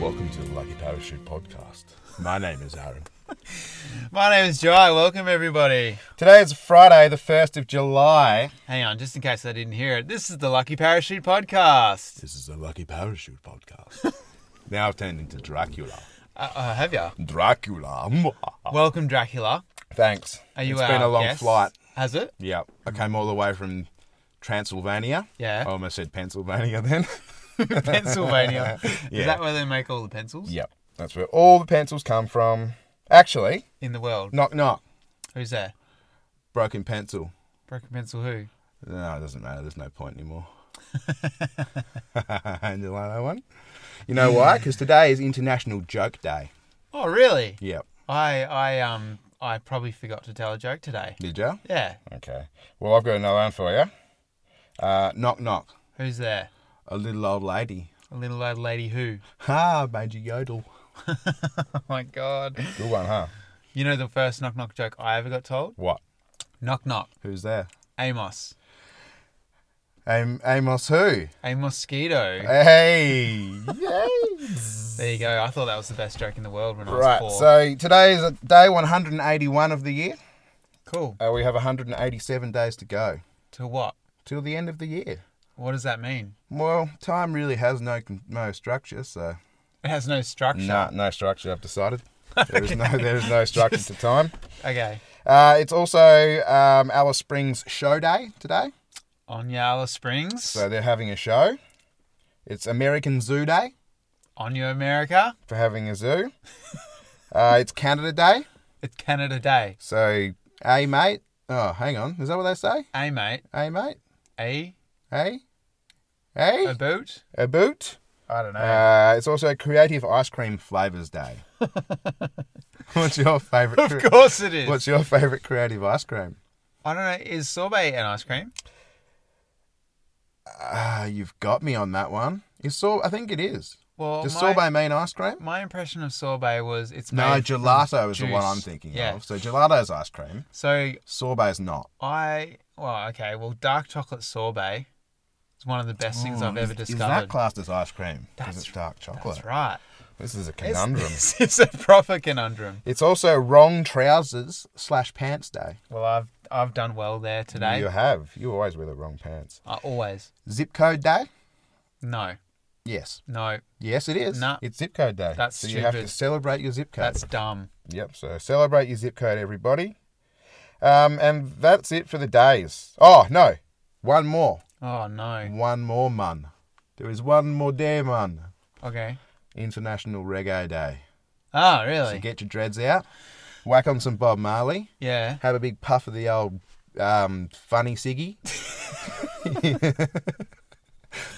Welcome to the Lucky Parachute Podcast. My name is Aaron. My name is Jai. Welcome, everybody. Today is Friday, the 1st of July. Hang on, just in case I didn't hear it, this is the Lucky Parachute Podcast. This is the Lucky Parachute Podcast. now I've turned into Dracula. Uh, uh, have ya? Dracula. Welcome, Dracula. Thanks. Are you It's our been a long guest? flight. Has it? yeah, I came all the way from Transylvania. Yeah. I Oh. almost said Pennsylvania then. Pennsylvania. Yeah. Is that where they make all the pencils Yep. That's where all the pencils come from. Actually, in the world? knock, knock. Who's there? Broken pencil. Broken pencil who? No, it doesn't matter. There's no point anymore. and you like that one? You know why? Because today is International Joke Day. Oh, really? Yep. I, I, um, I probably forgot to tell a joke today. Did ya? Yeah. okay. Well, I've got another one for you. Uh, knock, knock. Who's there? A little old lady. A little old lady who? Ha, made you yodel. Oh my god. Good one, huh? You know the first knock knock joke I ever got told? What? Knock knock. Who's there? Amos. Am- Amos who? A mosquito. Hey! There you go. I thought that was the best joke in the world when I was Right, four. so today is day 181 of the year. cool. Uh, we have 100. 187 days to go To what? till the end of the year. What does that mean? Well, time really has no con- no structure, so It has no structure. Nah, no structure, I've decided. there is no There is no structure to time. Okay. Uh, it's also um, Alice Springs Show Day today. On Yala Springs. So they're having a show. It's American Zoo Day on your America. for having a zoo. uh, it's Canada Day. It's Canada Day. So, hey, mate. Oh, hang on. Is that what they say? Hey mate. Hey, mate. A Hey. Hey. Uh, a boot. A boot. I don't know. Uh, it's also Creative Ice Cream Flavors Day. what's your favorite? of course it is. What's your favorite creative ice cream? I don't know. Is sorbet an ice cream? Ah, you've got me on that one. Is sor- I think it is. Well, Does my, sorbet mean ice cream? My impression of sorbet was it's No, made from gelato is the one juice. I'm thinking Yeah. of. So gelato is ice cream. So Sorbet is not. I well okay well dark chocolate sorbet is one of the best things I've ever Oh, Is discovered. that classed as ice cream? Because That's- it's dark chocolate. That's right. This is a It's- conundrum. It's, This is a proper conundrum. also wrong trousers slash pants day. Well, I've I've done well there today. You have. You always wear the wrong pants. I always Zip code day? no Yes. no Yes, it is. Nah. It's zip code day. That's so you have to stupid. celebrate your zip code. that's dumb. Yep. So celebrate your zip code, everybody. Um, and that's it for the days. Oh no, one more. Oh no. One more man. There is one more day, man. Okay. International Reggae Day. Oh So really? get your dreads out, whack on some Bob Marley, Yeah. have a big puff of the old um, funny ciggy,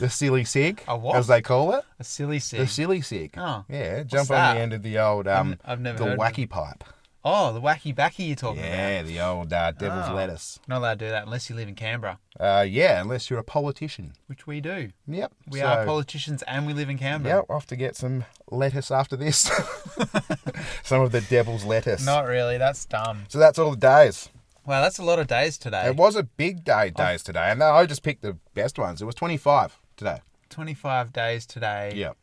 the silly cig, A what? as they call it, A silly the sig. silly cig. Oh. Yeah, jump on that? the end of the old um, I've never the heard of wacky pipe. Oh, the wacky backy you're talking about. Yeah, the old uh, devil's Oh. lettuce. Not allowed to do that unless you live in Canberra, Uh, yeah, unless you're a politician. which we do. Yep. We are so- politicians and we live in Canberra. Yep, off to get some lettuce after this. some of the devil's lettuce. Not really. That's dumb. So that's all the days. Wow, that's a lot of days today. It was a big Oh. day, days today, and I just picked the best ones. It was 25 today. 25 days today. Yep.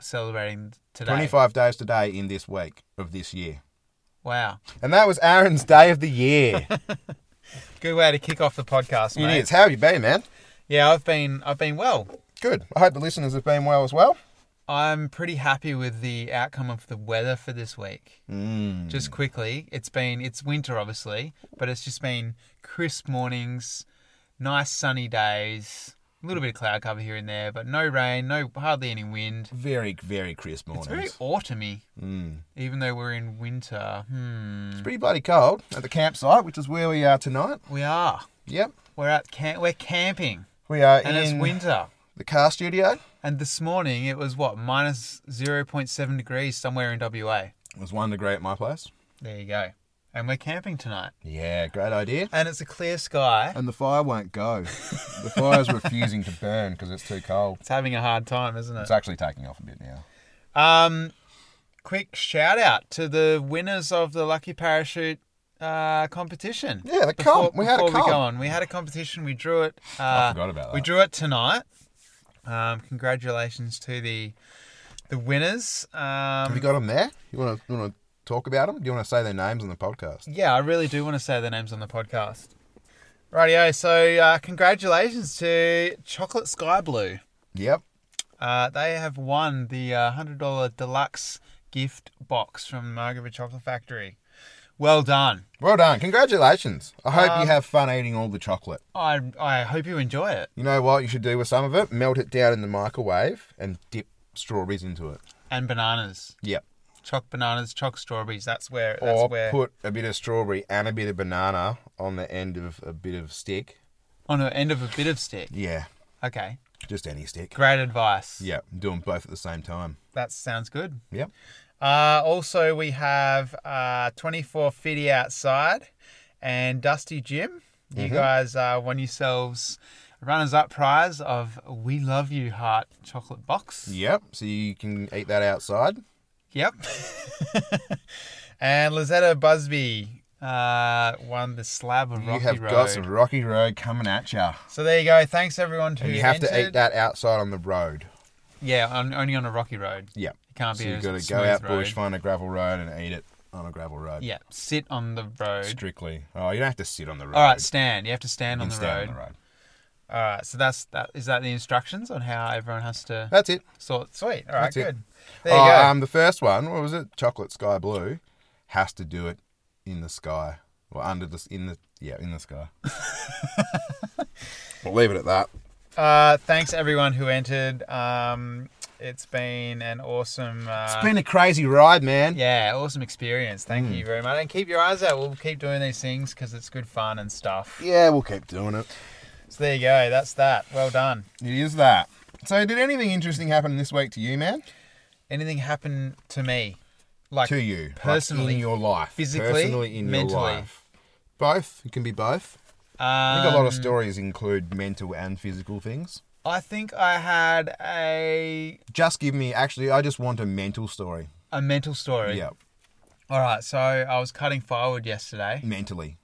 Celebrating today. 25 days today in this week of this year. Wow. And that was Aaron's day of the year. Good way to kick off the podcast, it mate. is. How have you been, man? Yeah, I've been I've been well. Good. I hope the listeners have been well as well. I'm pretty happy with the outcome of the weather for this week. Mm. Just quickly, it's been it's winter obviously, but it's just been crisp mornings, nice sunny days, a little bit of cloud cover here and there, but no rain, no hardly any wind. Very, very crisp It's mornings. very autumny, Mm. even though we're in winter. Hmm. It's pretty bloody cold at the campsite, which is where we are tonight. We are. Yep. We're out camp. We're camping, We are and it's in winter. the car studio. And this morning it was what minus zero point seven degrees somewhere in WA. It was one degree at my place. There you go. And we're camping tonight. Yeah, great idea. And it's a clear sky. And the fire won't go. the fire's refusing to burn because it's too cold. It's having a hard time, isn't It's it? actually taking off a bit now. Um, quick shout out to the winners of the Lucky Parachute uh, competition. Yeah, the Before- comp. We had a before comp. We, go on, we had a competition. We drew it. Uh, forgot about We that. drew it tonight. Um, congratulations to the The winners. Um, Have you got them there? You want to want to talk about them? Do you want to say their names on the podcast? Yeah, I really do want to say their names on the podcast. Rightio, so uh, congratulations to Chocolate Sky Blue. Yep. Uh, they have won the uh, $100 deluxe gift box from Margaret Chocolate Factory. Well done. Well done. Congratulations. I hope you Um, have fun eating all the chocolate. I, I hope you enjoy it. You know what you should do with some of it? Melt it down in the microwave and dip strawberries into it. And bananas. Yep. Choc bananas, choc strawberries. That's where. That's Or where. Oh, put a bit of strawberry and a bit of banana on the end of a bit of stick. on the end of a bit of stick. Yeah. Okay. Just any stick. Great advice. Yeah. Do them both at the same time. That sounds good. Yep. Uh, also, we have uh, 24 Fitty outside and Dusty Jim. You Mm-hmm. guys uh, won yourselves a runners up prize of We Love You Heart chocolate box. Yep. So you can eat that outside. Yep. and Lizetta Busby uh, won the slab of Rocky you have Road. got some rocky road coming at you. So there you go. Thanks everyone who And you have entered. to eat that outside on the road. Yeah, on, only on a rocky road. Yeah. It can't So be you've a got to smooth go out road. bush, find a gravel road, and eat it on a gravel road. Yeah, sit on the road. Strictly. Oh, you don't have to sit on the road. All right, stand. You have to stand You on can the stand road. on the road. All right, so that's that. Is that the instructions on how everyone has to That's it. sort? Sweet. All right, That's it. good. There you oh, go. Um, the first one, what was it? Chocolate sky blue, has to do it in the sky or under the s- in the yeah in the sky. we'll leave it at that. uh, thanks everyone who entered. Um, it's been an awesome. Uh, It's been a crazy ride, man. yeah, awesome experience. Hmm. Thank you very much. And keep your eyes out. We'll keep doing these things because it's good fun and stuff. Yeah, we'll keep doing it. So there you go. That's that. Well done. It is that. So, did anything interesting happen this week to you, man? Anything happen to me? Like To you like, personally, in your life, physically, personally in mentally. your life, both. It can be both. I um, think a lot of stories include mental and physical things. I think I had a Just give me. Actually, I just want a mental story. a mental story. Yeah, All right. So I was cutting firewood yesterday. Mm. mentally.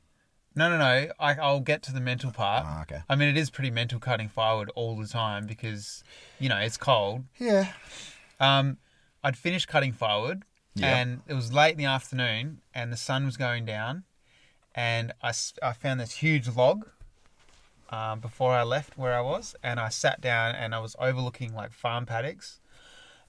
No, no, no. I, I'll get to the mental part. Ah, okay. I mean, it is pretty mental cutting firewood all the time because, you know, it's cold. Yeah. Um, I'd finished cutting firewood Yeah. and it was late in the afternoon and the sun was going down. And I, s- I found this huge log um, before I left where I was. And I sat down and I was overlooking like farm paddocks.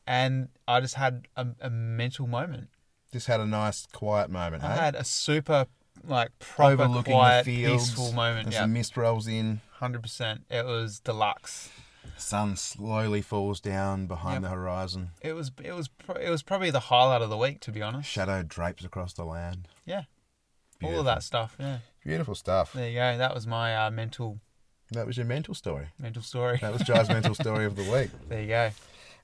And I just had a, a mental moment. Just had a nice quiet moment. I eh? had a super like proper Overlooking quiet, the fields. peaceful moment. As Yeah, the mist rolls in, hundred percent. It was deluxe. sun slowly falls down behind the horizon. It was it was pro- it was probably the highlight of the week to be honest. Shadow drapes across the land. Yeah, all of that stuff. Yeah, Beautiful stuff. there you go. That was my uh, mental That was your mental story. mental story. That was Jai's mental story of the week. There you go.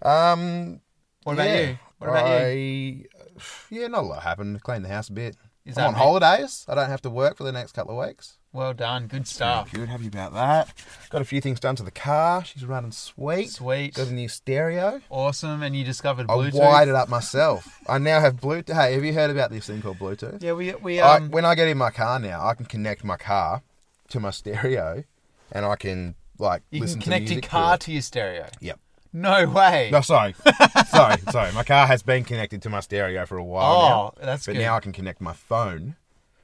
Um, What about yeah. you? What about I, you? Yeah, not a lot happened. Cleaned the house a bit. Is I'm that on me? holidays. I don't have to work for the next couple of weeks. Well done. Good stuff. Good, happy about that. Got a few things done to the car. She's running sweet. Sweet. Got a new stereo. Awesome. And you discovered I Bluetooth. wired it up myself. I now have Bluetooth. Hey, have you heard about this thing called Bluetooth? Yeah, we we I, um. when I get in my car now, I can connect my car to my stereo, and I can like you listen can connect to your music car To to your stereo. it. Yep. No way. No, sorry, sorry, sorry. My car has been connected to my stereo for a while now, oh, that's but good. now I can connect my phone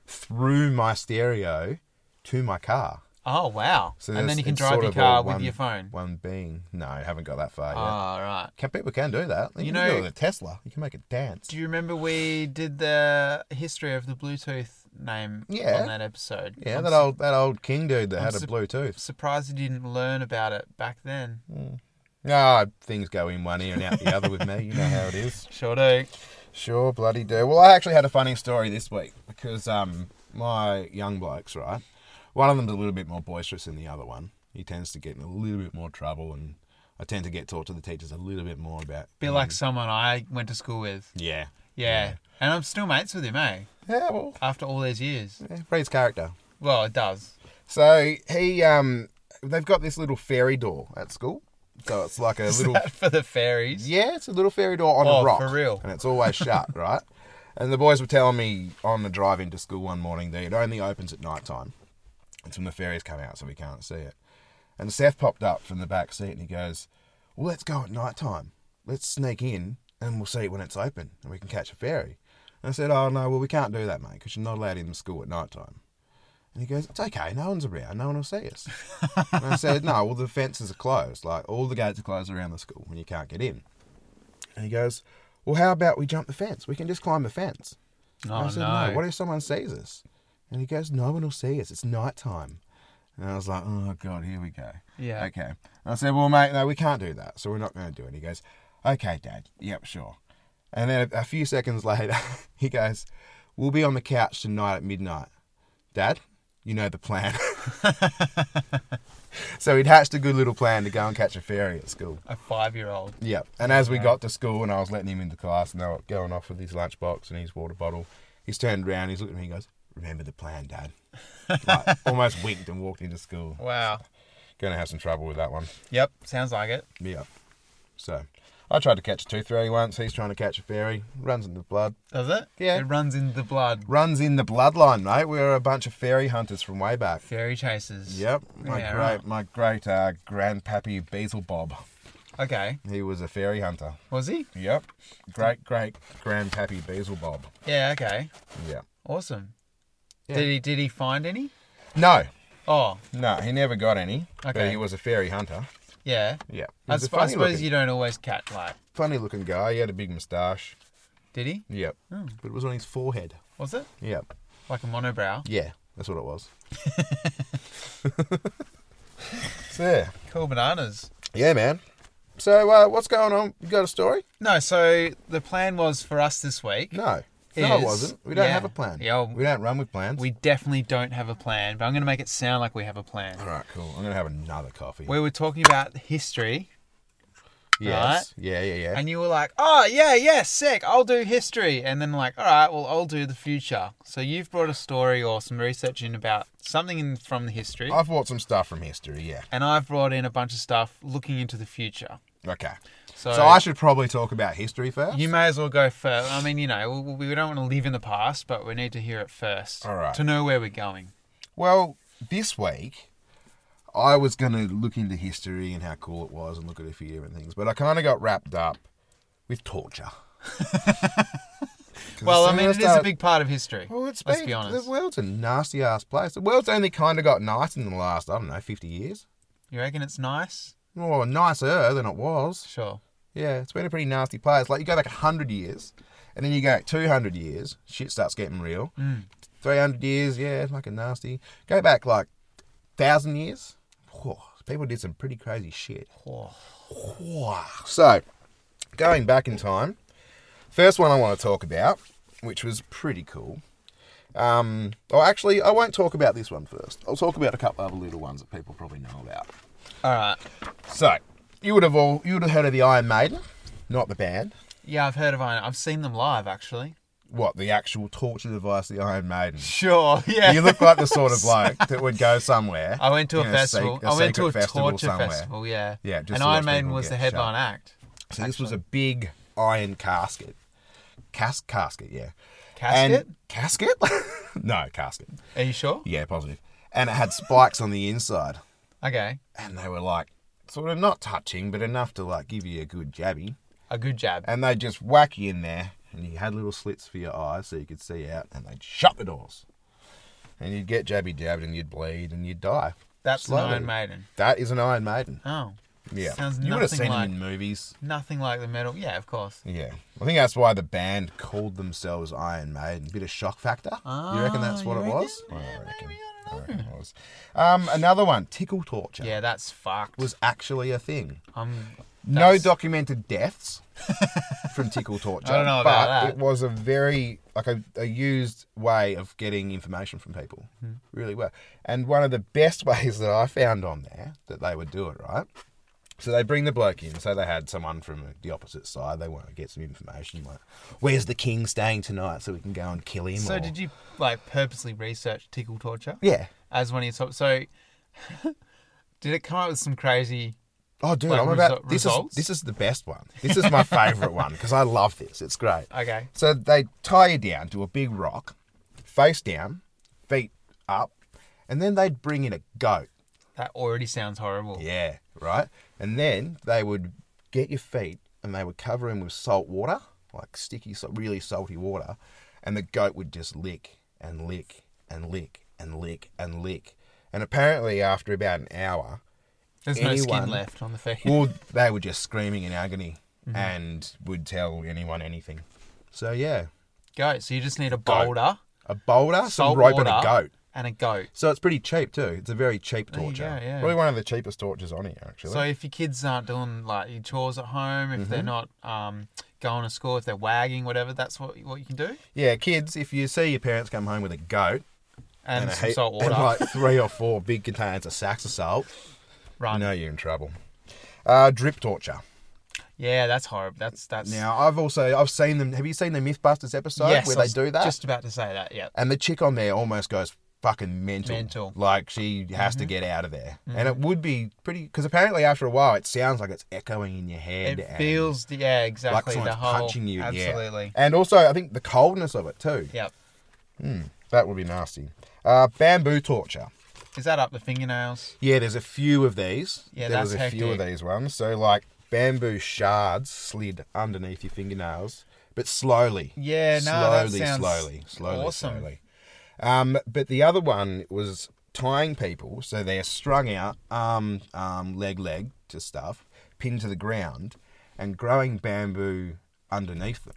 through my stereo to my car. oh wow. and there's- then you can it's drive sort your of all car with one- your phone. One being, no, I haven't got that far yet. All right. can, people can do that. You, You know, know- with a Tesla, you can make it dance. Do you remember we did the history of the Bluetooth name Yeah. on that episode? Yeah, I'm that su- old that old king dude that I'm had a sup- Bluetooth. surprised you didn't learn about it back then. Ah, things go in one ear and out the other with me. You know how it is. Sure do. Sure, bloody do. Well, I actually had a funny story this week because um, my young blokes, right? One of them's a little bit more boisterous than the other one. He tends to get in a little bit more trouble, and I tend to get taught to the teachers a little bit more about. Be like someone I went to school with. Yeah. Yeah. And I'm still mates with him, eh? Yeah, well, After all these years. yeah, breeds character. Well, it does. So he, um, they've got this little fairy door at school. So it's like a little For the fairies. Yeah, it's a little fairy door on Oh, a rock. for real? And it's always shut, right? And the boys were telling me on the drive into school one morning that it only opens at night time. It's when the fairies come out, so we can't see it. And Seth popped up from the back seat and he goes, Well, let's go at night time. Let's sneak in and we'll see it when it's open and we can catch a ferry. And I said, oh, no, well, we can't do that, mate, because you're not allowed in the school at night time. And he goes, it's okay, no one's around, no one will see us. and I said, no, well, the fences are closed, like all the gates are closed around the school and you can't get in. And he goes, well, how about we jump the fence? We can just climb the fence. And Oh I said, no! What if someone sees us? And he goes, no one will see us. It's night time. And I was like, oh, God, here we go. Yeah. Okay. And I said, well, mate, no, we can't do that. So we're not going to do it. And he goes, okay, Dad. Yep, sure. And then a, a few seconds later, he goes, we'll be on the couch tonight at midnight. Dad, you know the plan. so he'd hatched a good little plan to go and catch a ferry at school. a five-year-old. Yeah, and as we got to school and I was letting him into class and they were going off with his lunchbox and his water bottle, he's turned around, he's looked at me, he goes, "Remember the plan, Dad." like, almost winked and walked into school. Wow. Gonna have some trouble with that one. Yep. Sounds like it. Yeah. So, I tried to catch a tooth fairy once. He's trying to catch a fairy. Runs into the blood. Does it? Yeah. It runs into the blood. Runs in the bloodline, mate. We were a bunch of fairy hunters from way back. Fairy chasers. Yep. My Yeah, great, right. my great uh, grandpappy Beazle Bob. Okay. He was a fairy hunter. Was he? Yep. Great, great grandpappy Beazle Bob. Yeah. Okay. Yeah. Awesome. Yeah. Did he? Did he find any? No, Oh, no, he never got any. But Okay. he was a fairy hunter. yeah. Yeah. He I, was a sp- I funny suppose looking, you don't always catch like. funny looking guy. He had a big moustache. Did he? Yep. Hmm. But it was on his forehead. Was it Yep. like a monobrow? Yeah, that's what it was. so, yeah. Cool bananas. yeah, man. So, uh, what's going on? You got a story? No. So the plan was for us this week. No. No, Is- it wasn't. We don't yeah. have a plan. Yeah, well, we don't run with plans. We definitely don't have a plan, but I'm going to make it sound like we have a plan. All right, cool. I'm going to have another coffee. We were talking about history, yes. Yeah, yeah, yeah. and you were like, "Oh yeah, yeah, sick. I'll do history." And then like, "All right, well, I'll do the future." So you've brought a story or some research in about something in, from the history, I've bought some stuff from history, yeah. and I've brought in a bunch of stuff looking into the future. Okay. So, so, I should probably talk about history first. you may as well go first. I mean, you know, we, we don't want to live in the past, but we need to hear it first All right. to know where we're going. Well, this week I was going to look into history and how cool it was and look at a few different things, but I kind of got wrapped up with torture. 'Cause Well, as I soon mean, as it is a started- big part of history. Well, it's let's been, be honest. The world's a nasty ass place. The world's only kind of got nice in the last, I don't know, 50 years. You reckon it's nice? Well, nicer than it was. Sure. Yeah, it's been a pretty nasty place. Like, you go back 100 years, and then you go 200 years, shit starts getting real. 300 years, yeah, fucking nasty. Go back like 1,000 years, whew, people did some pretty crazy shit. Oh, Whew. So, going back in time, first one I want to talk about, which was pretty cool. Um, oh, actually, I won't talk about this one first. I'll talk about a couple other little ones that people probably know about. All right. So, you would have all you would have heard of the Iron Maiden, not the band. Yeah, I've heard of Iron. I've seen them live, actually. What the actual torture device, the Iron Maiden. Sure. Yeah. You look like the sort of bloke that would go somewhere. I went to a in festival. sec- I went to secret a torture festival. Yeah. Yeah, just and to Iron watch Maiden people was the get headline shot. act. So this was a big iron casket. Cas- casket, yeah. Casket? And casket? no, casket. Are you sure? Yeah, positive. And it had spikes on the inside. Okay. And they were like sort of not touching, but enough to like give you a good jabby. A good jab. And they just whack you in there and you had little slits for your eyes so you could see out and they'd shut the doors. And you'd get jabby jabbed and you'd bleed and you'd die. That's an slowly. Iron Maiden. That is an Iron Maiden. Oh. Yeah. Sounds you would have nothing seen like- them in movies. Nothing like the metal. Yeah, of course. Yeah, I think that's why the band called themselves Iron Maiden. Bit of shock factor. you reckon that's Ah, what you it reckon? was? Yeah, I reckon. maybe, I I reckon it was. Um, another one, tickle torture, Yeah, that's fucked. Um, was actually a thing. I'm, No That's- documented deaths from tickle torture. I don't know but about that. it was a very like a, a used way of getting information from people. Hmm. Really well. And one of the best ways that I found on there that they would do it, right? So they bring the bloke in. So they had someone from the opposite side. They want to get some information. Like, where's the king staying tonight so we can go and kill him? so or- did you like purposely research tickle torture Yeah. as one of your top? So did it come up with some crazy? Oh, dude, Like, I'm resu- about this is results? this is the best one. This is my favorite one because I love this. It's great. Okay. So they tie you down to a big rock, face down, feet up, and then they'd bring in a goat. That already sounds horrible. Yeah, right? And then they would get your feet and they would cover him with salt water, like sticky, so really salty water, and the goat would just lick and lick and lick and lick and lick. And apparently, after about an hour, There's no Anyone- skin left on the feet. well, they were just screaming in agony Mm-hmm. and would tell anyone anything. So yeah, goat. So you just need a boulder, a boulder, salt some rope, water, and a goat. and a goat. So it's pretty cheap too. It's a very cheap There you torture. go, yeah. Probably one of the cheapest tortures on here, actually. So if your kids aren't doing like your chores at home, if they're Mm-hmm. not um, going to school, if they're wagging, whatever, that's what what you can do. yeah, kids, if you see your parents come home with a goat And, a some heap- salt water. and like three or four big containers of sacks of salt, I Run. know you're in trouble. Uh, drip torture. Yeah, that's horrible. That's that's. Now I've also I've seen them. Have you seen the MythBusters episode yes, where I they was do that? Just about to say that. Yeah. And the chick on there almost goes fucking mental. Mental. Mm-hmm. Like she has to get out of there. And it would be pretty because apparently after a while it sounds like it's echoing in your head. It and feels. Yeah, like exactly. someone's the whole. punching you. yeah. absolutely. And also I think the coldness of it too. Yep. That would be nasty. Uh, bamboo torture. Is that up the fingernails? Yeah, there's a few of these. Yeah, there that's was a few of hectic. these ones. So like bamboo shards slid underneath your fingernails, but slowly. Yeah, no, that slowly, sounds slowly, slowly, awesome. slowly. Um, but the other one was tying people, so they're strung out, arm, arm, leg, leg to stuff, pinned to the ground, and growing bamboo underneath them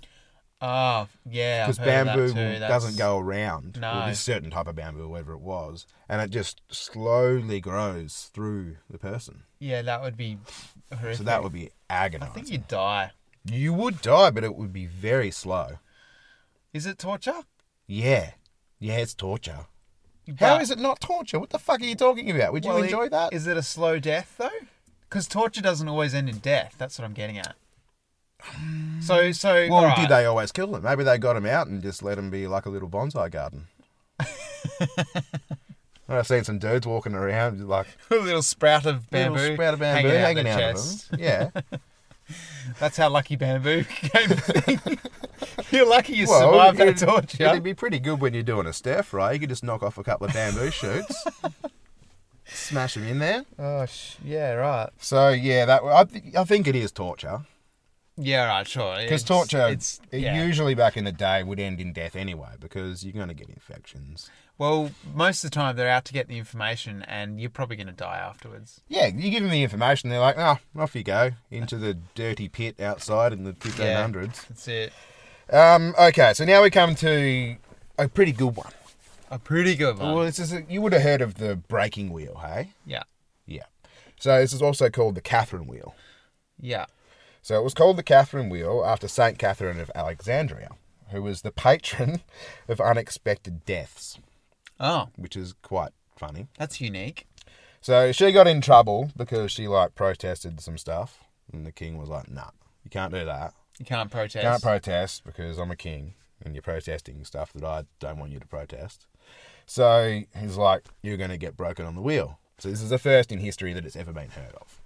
Oh, yeah. because I've heard of that bamboo too. will- That's- doesn't go around. No. Well, this certain type of bamboo, whatever it was, and it just slowly grows through the person. Yeah, that would be horrific. So that would be I agonizing. think you'd die. you would die, but it would be very slow. Is it torture? Yeah, yeah, it's torture. How But- is it not torture? What the fuck are you talking about? Would you Well, enjoy it- that? Is it a slow death though? Because torture doesn't always end in death. That's what I'm getting at. Mm. So, so well, alright. did they always kill them? Maybe they got them out and just let them be like a little bonsai garden. I've seen some dudes walking around like a little sprout of bamboo, little sprout of bamboo hanging out, hanging, their out, chest. of them. Yeah. That's how lucky bamboo became. a thing. You're lucky you Well, survived that it'd- torture. It'd be pretty good when you're doing a stir fry. You could just knock off a couple of bamboo shoots, smash them in there. oh, sh- yeah, right. So yeah, that I, th- I think it is torture Yeah, right, sure. because It's- torture It's it yeah. usually back in the day would end in death anyway because you're going to get infections. well, most of the time they're out to get the information, and you're probably going to die afterwards. Yeah, you give them the information, they're like, "Ah, off you go into the dirty pit outside in the 1500s." That's it. Um, okay, so now we come to a pretty good one. A pretty good one. Well, this is a, you would have heard of the breaking wheel, hey? yeah, Yeah. So this is also called the Catherine wheel. yeah. So it was called the Catherine Wheel after Saint Catherine of Alexandria, who was the patron of unexpected deaths, Oh, which is quite funny. that's unique. So she got in trouble because she like protested some stuff, and the king was like, "Nah, you can't do that. You can't protest. Can't protest because I'm a king, and you're protesting stuff that I don't want you to protest." So he's like, "You're going to get broken on the wheel." So this is the first in history that it's ever been heard of.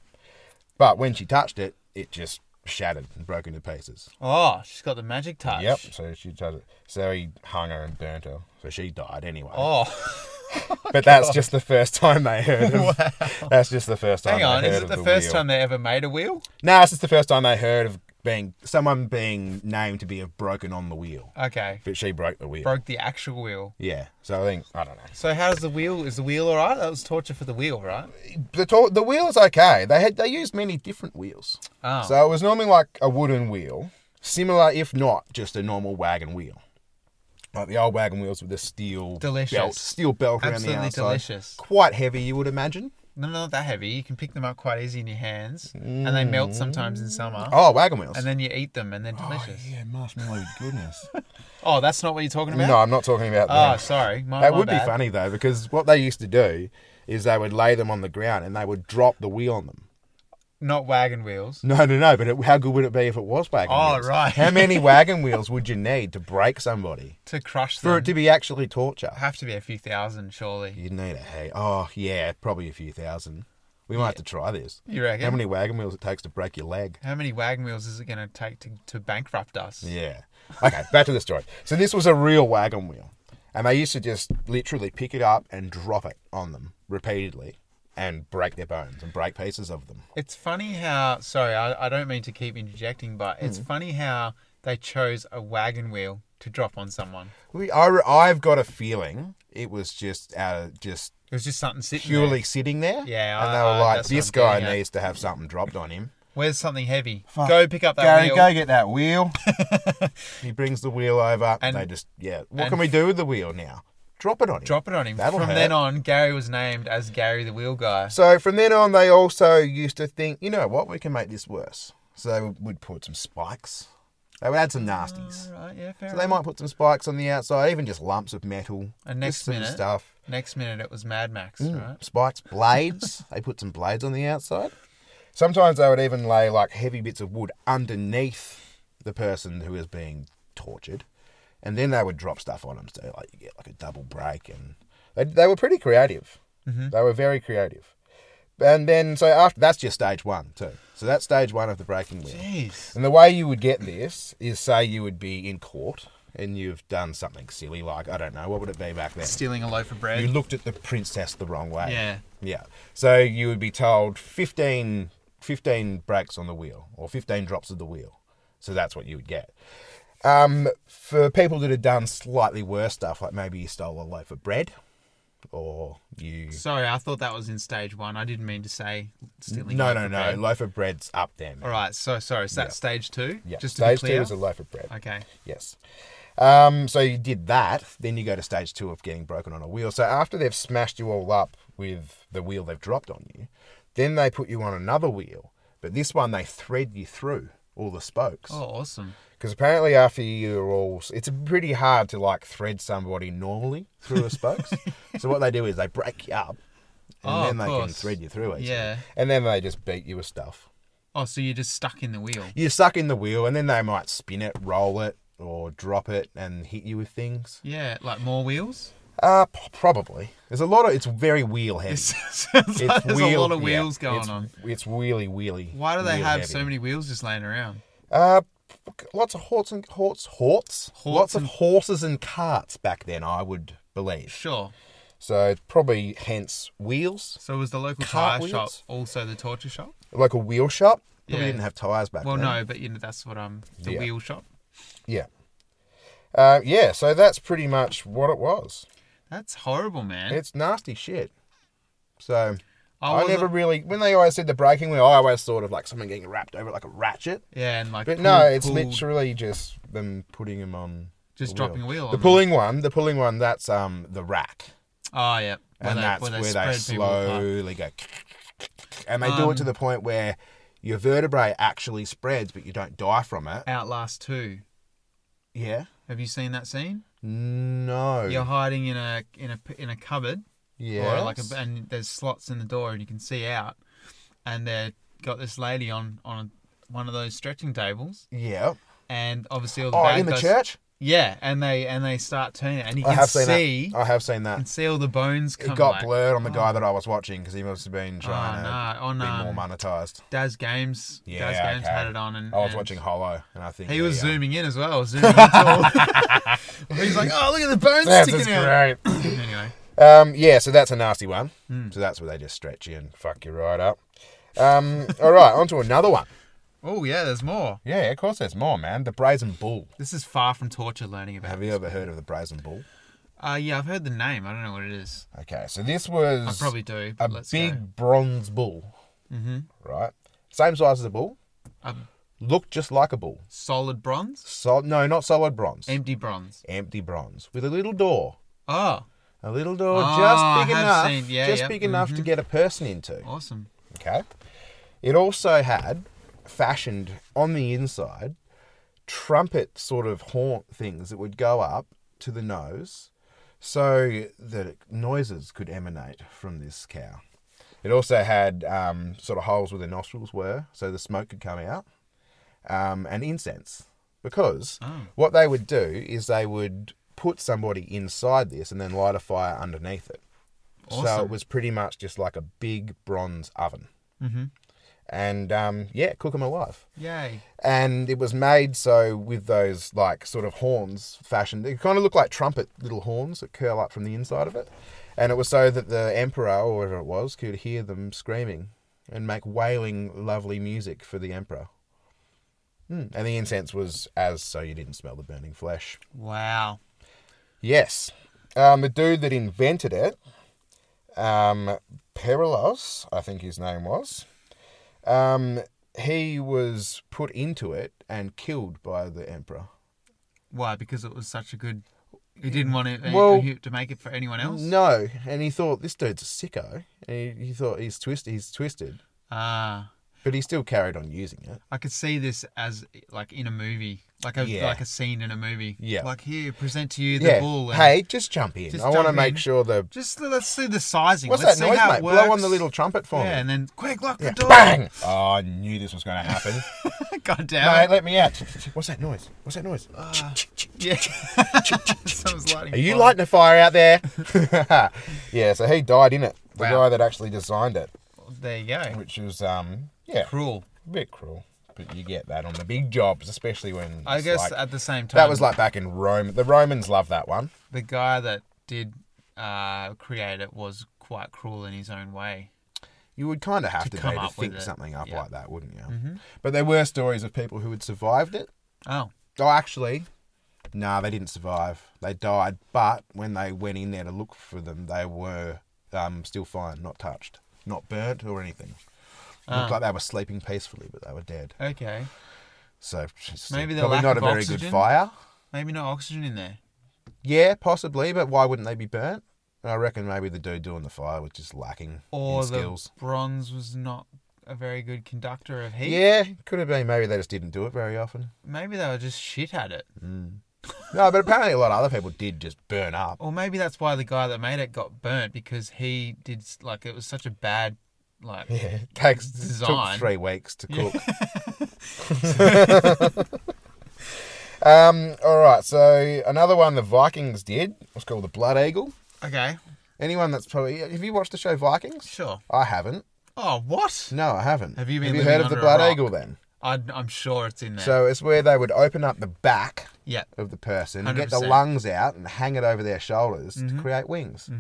But when she touched it, it just shattered and broke into pieces. oh, she's got the magic touch. Yep. So she does it. So he hung her and burnt her. So she died anyway. Oh, but that's just the first time they heard of. That's just the first time. hang on. They heard Is it of the first wheel. time they ever made a wheel? No, it's just the first time they heard of being someone being named to be have broken on the wheel. Okay. But she broke the wheel. Broke the actual wheel. Yeah. So I think I don't know. So how does the wheel? Is the wheel all right? That was torture for the wheel, right? The to- the wheel is okay. They had they used many different wheels. Oh. So it was normally like a wooden wheel, similar if not just a normal wagon wheel. Like the old wagon wheels with the steel Delicious. belt, steel belt around Absolutely the outside. delicious. Quite heavy, you would imagine. No, not that heavy. You can pick them up quite easy in your hands, and they melt sometimes in summer. Mm. Oh, wagon wheels. And then you eat them, and they're oh, delicious. yeah, marshmallow goodness. Oh, that's not what you're talking about. no, I'm not talking about Oh, that. sorry. My, that my would bad. be funny though, because what they used to do is they would lay them on the ground and they would drop the wheel on them. Not wagon wheels. No, no, no. But it, how good would it be if it was wagon Oh, wheels? right. how many wagon wheels would you need to break somebody To crush them. for it to be actually torture? have to be a few thousand, surely. You'd need a hay. Oh, yeah, probably a few thousand. We might have to try this. You reckon? How many wagon wheels it takes to break your leg? How many wagon wheels is it going to take to, to bankrupt us? Yeah. Okay, back to the story. So this was a real wagon wheel, and they used to just literally pick it up and drop it on them repeatedly and break their bones and break pieces of them. It's funny how. Sorry, I, I don't mean to keep interjecting, but it's Hmm. funny how they chose a wagon wheel to drop on someone. We, I, re- I've got a feeling it was just out of just It was just something sitting there. purely sitting there. Yeah, and they I- I- were like, that's what "This I'm guy getting at." needs to have something dropped on him." Where's something heavy? Fuck. Go pick up that wheel. get that wheel. he brings the wheel over, and And- they just yeah. What and- can we do with the wheel now? Drop it on him. Drop it on him. That'll From hurt. then on, Gary was named as Gary the Wheel Guy. So from then on, they also used to think, you know what, we can make this worse. So they would put some spikes. They would add some nasties. Right, yeah, fair So they enough. might put some spikes on the outside, even just lumps of metal. And next just some minute- stuff. Next minute, it was Mad Max, Hmm. right? Spikes, blades. they put some blades on the outside. Sometimes they would even lay like heavy bits of wood underneath the person who was being tortured, and then they would drop stuff on them. So like you get like a double break, and they, they were pretty creative. They were very creative. And then so after that's just stage one too. So that's stage one of the breaking wheel. Jeez. And the way you would get this is say you would be in court and you've done something silly like I don't know what would it be back then. Stealing a loaf of bread. You looked at the princess the wrong way. Yeah. Yeah. So you would be told 15, 15 brakes on the wheel or 15 drops of the wheel. So that's what you would get. Um, for people that had done slightly worse stuff, like maybe you stole a loaf of bread or you. Sorry, I thought that was in stage one. I didn't mean to say stealing. No, loaf no, of no. bread. Loaf of bread's up there, man. All right, so sorry. So that's stage two. Yeah. Just to stage be clear. two is a loaf of bread. Okay. Yes. Um, so you did that, then you go to stage two of getting broken on a wheel. So after they've smashed you all up with the wheel they've dropped on you, then they put you on another wheel, but this one they thread you through all the spokes. Oh, awesome. Because apparently, after you're all, it's pretty hard to like thread somebody normally through the spokes. so what they do is they break you up, and Oh, then of they can course. thread you through easily. Yeah. And then they just beat you with stuff. Oh, so you're just stuck in the wheel. You suck in the wheel, and then they might spin it, roll it, or drop it and hit you with things. Yeah, like more wheels. Uh p- probably. There's a lot of. It's very wheel heavy. It sounds like there's a wheel- lot of yeah, wheels going it's- on. It's wheelie, wheelie. Why do they wheel have heavy. so many wheels just laying around? Uh, p- lots of horts and horts, horts, lots of and- horses and carts back then. I would believe. Sure. So it's probably hence wheels, So was the local tire shop Cartwheels? also the torture shop? like a wheel shop. Probably Yeah. didn't have tires back Well, then. no, but you know that's what I'm. The Yeah. wheel shop. Yeah. Uh, yeah. So that's pretty much what it was. That's horrible, man. It's nasty shit. So I, I, wasn't- never really. When they always said the breaking wheel, I always thought of like someone getting wrapped over it like a ratchet. Yeah, and like. But no, pulled- it's pulled- literally just them putting him on. Just a dropping a wheel The on pulling one, the pulling one. That's um the rack, Oh yeah. and that's where they, spread people apart. Um, slowly go, and they do it to the point where your vertebrae actually spreads, but you don't die from it. Outlast two. Yeah. Have you seen that scene? No. You're hiding in a in a in a cupboard, Yeah. or like a, and there's slots in the door, and you can see out, and they got this lady on on one of those stretching tables, yeah. and obviously all the Oh, bad in the guys- church. Yeah, and they and they start turning, it, and you I can have seen see that. I have seen you can that. see all the bones come. It got like, blurred on the guy that I was watching because he must have been trying Oh, to no, on, be um, more monetized. Daz Games, Yeah, Daz Games okay. had it on, and I was and watching Hollow, and I think uh, He was yeah. zooming in as well. Zooming in tall. He's like, oh, look at the bones That's sticking out. great. anyway, Um, yeah, so that's a nasty one. So that's where they just stretch you and fuck you right up. Um, all right, on to another one. oh yeah, there's more. Yeah, of course, there's more, man. The Brazen Bull. This is far from torture. Learning about. Have you ever heard of the Brazen Bull? Uh, yeah, I've heard the name. I don't know what it is. Okay, so this was I probably do. a But let's big go. bronze bull, mm-hmm. right? Same size as a bull. A Looked just like a bull. solid bronze, Sol- no, not solid bronze. empty bronze. Empty bronze with a little door. Oh, A little door Oh, I just big have enough, seen- yeah, just yeah, Mm-hmm. big enough to get a person into. awesome. Okay. It also had fashioned on the inside trumpet sort of horn things that would go up to the nose so that noises could emanate from this cow. It also had um, sort of holes where the nostrils were so the smoke could come out um, and incense. Because what they would do is they would put somebody inside this and then light a fire underneath it. So it Awesome. was pretty much just like a big bronze oven. Mm-hmm. And um, yeah, cook them alive. Yay. And it was made so with those like sort of horns fashioned. It kind of looked like trumpet little horns that curl up from the inside of it. And it was so that the emperor or whatever it was could hear them screaming and make wailing, lovely music for the emperor. Hmm. And the incense was as so you didn't smell the burning flesh. Wow. Yes. Um, the dude that invented it, um, Perilos, I think his name was, um, he was put into it and killed by the emperor. Why? Because it was such a good. He didn't want it Well- he- to make it for anyone else. No, and he thought this dude's a sicko. And he, he thought he's twisted. He's twisted, Ah, but he still carried on using it. I could see this as like in a movie, like a Yeah. like a scene in a movie. Yeah. Like here, present to you the Yeah. bull. and- Hey, just jump in. Just I want to jump make in. sure the Just l- let's see the sizing. what's let's that see noise, how mate? It works. Blow on the little trumpet for Yeah, me. and then quick, lock the door. Bang! Oh, I knew this was going to happen. God Mate, damn it. let me out. What's that noise? What's that noise? Yeah. Someone's lighting Are you fire. lighting a fire out there? yeah, so he died in it. The Wow. guy that actually designed it, There you go. which was um, yeah, Cruel. a bit cruel. But you get that on the big jobs, especially when I it's guess like- at the same time, that was like back in Rome. The Romans loved that one. the guy that did uh, create it was quite cruel in his own way. You would kind of have to, be come to up with think it. something up Yeah. Mm-hmm. like that, wouldn't you? But there were stories of people who had survived it. Oh, Oh, actually, no, they didn't survive. They died. But when they went in there to look for them, they were um, still fine, not touched, not burnt or anything. Ah. Looked like they were sleeping peacefully, but they were dead. okay. So it's Maybe the probably lack not of a very good oxygen? fire. Maybe no oxygen in there. Yeah, possibly, but why wouldn't they be burnt? I reckon maybe the dude doing the fire was just lacking Or in the skills. bronze was not a very good conductor of heat. Yeah, could have been. Maybe they just didn't do it very often. Maybe they were just shit at it. No, but apparently a lot of other people did just burn up. Or maybe that's why the guy that made it got burnt because he did s- like it was such a bad like Yeah, takes Design. took three weeks to Yeah. cook. um, all right, so another one the Vikings did was called the Blood Eagle. Okay, Anyone that's probably have you watched the show Vikings? sure. I haven't. Oh, what? No, I haven't. Have you been heard living of the under a Blood rock? Eagle then? i I'm sure it's in there. So it's where they would open up the back yeah. of the person, get the 100%. lungs out, and hang it over their shoulders Mm-hmm. to create wings.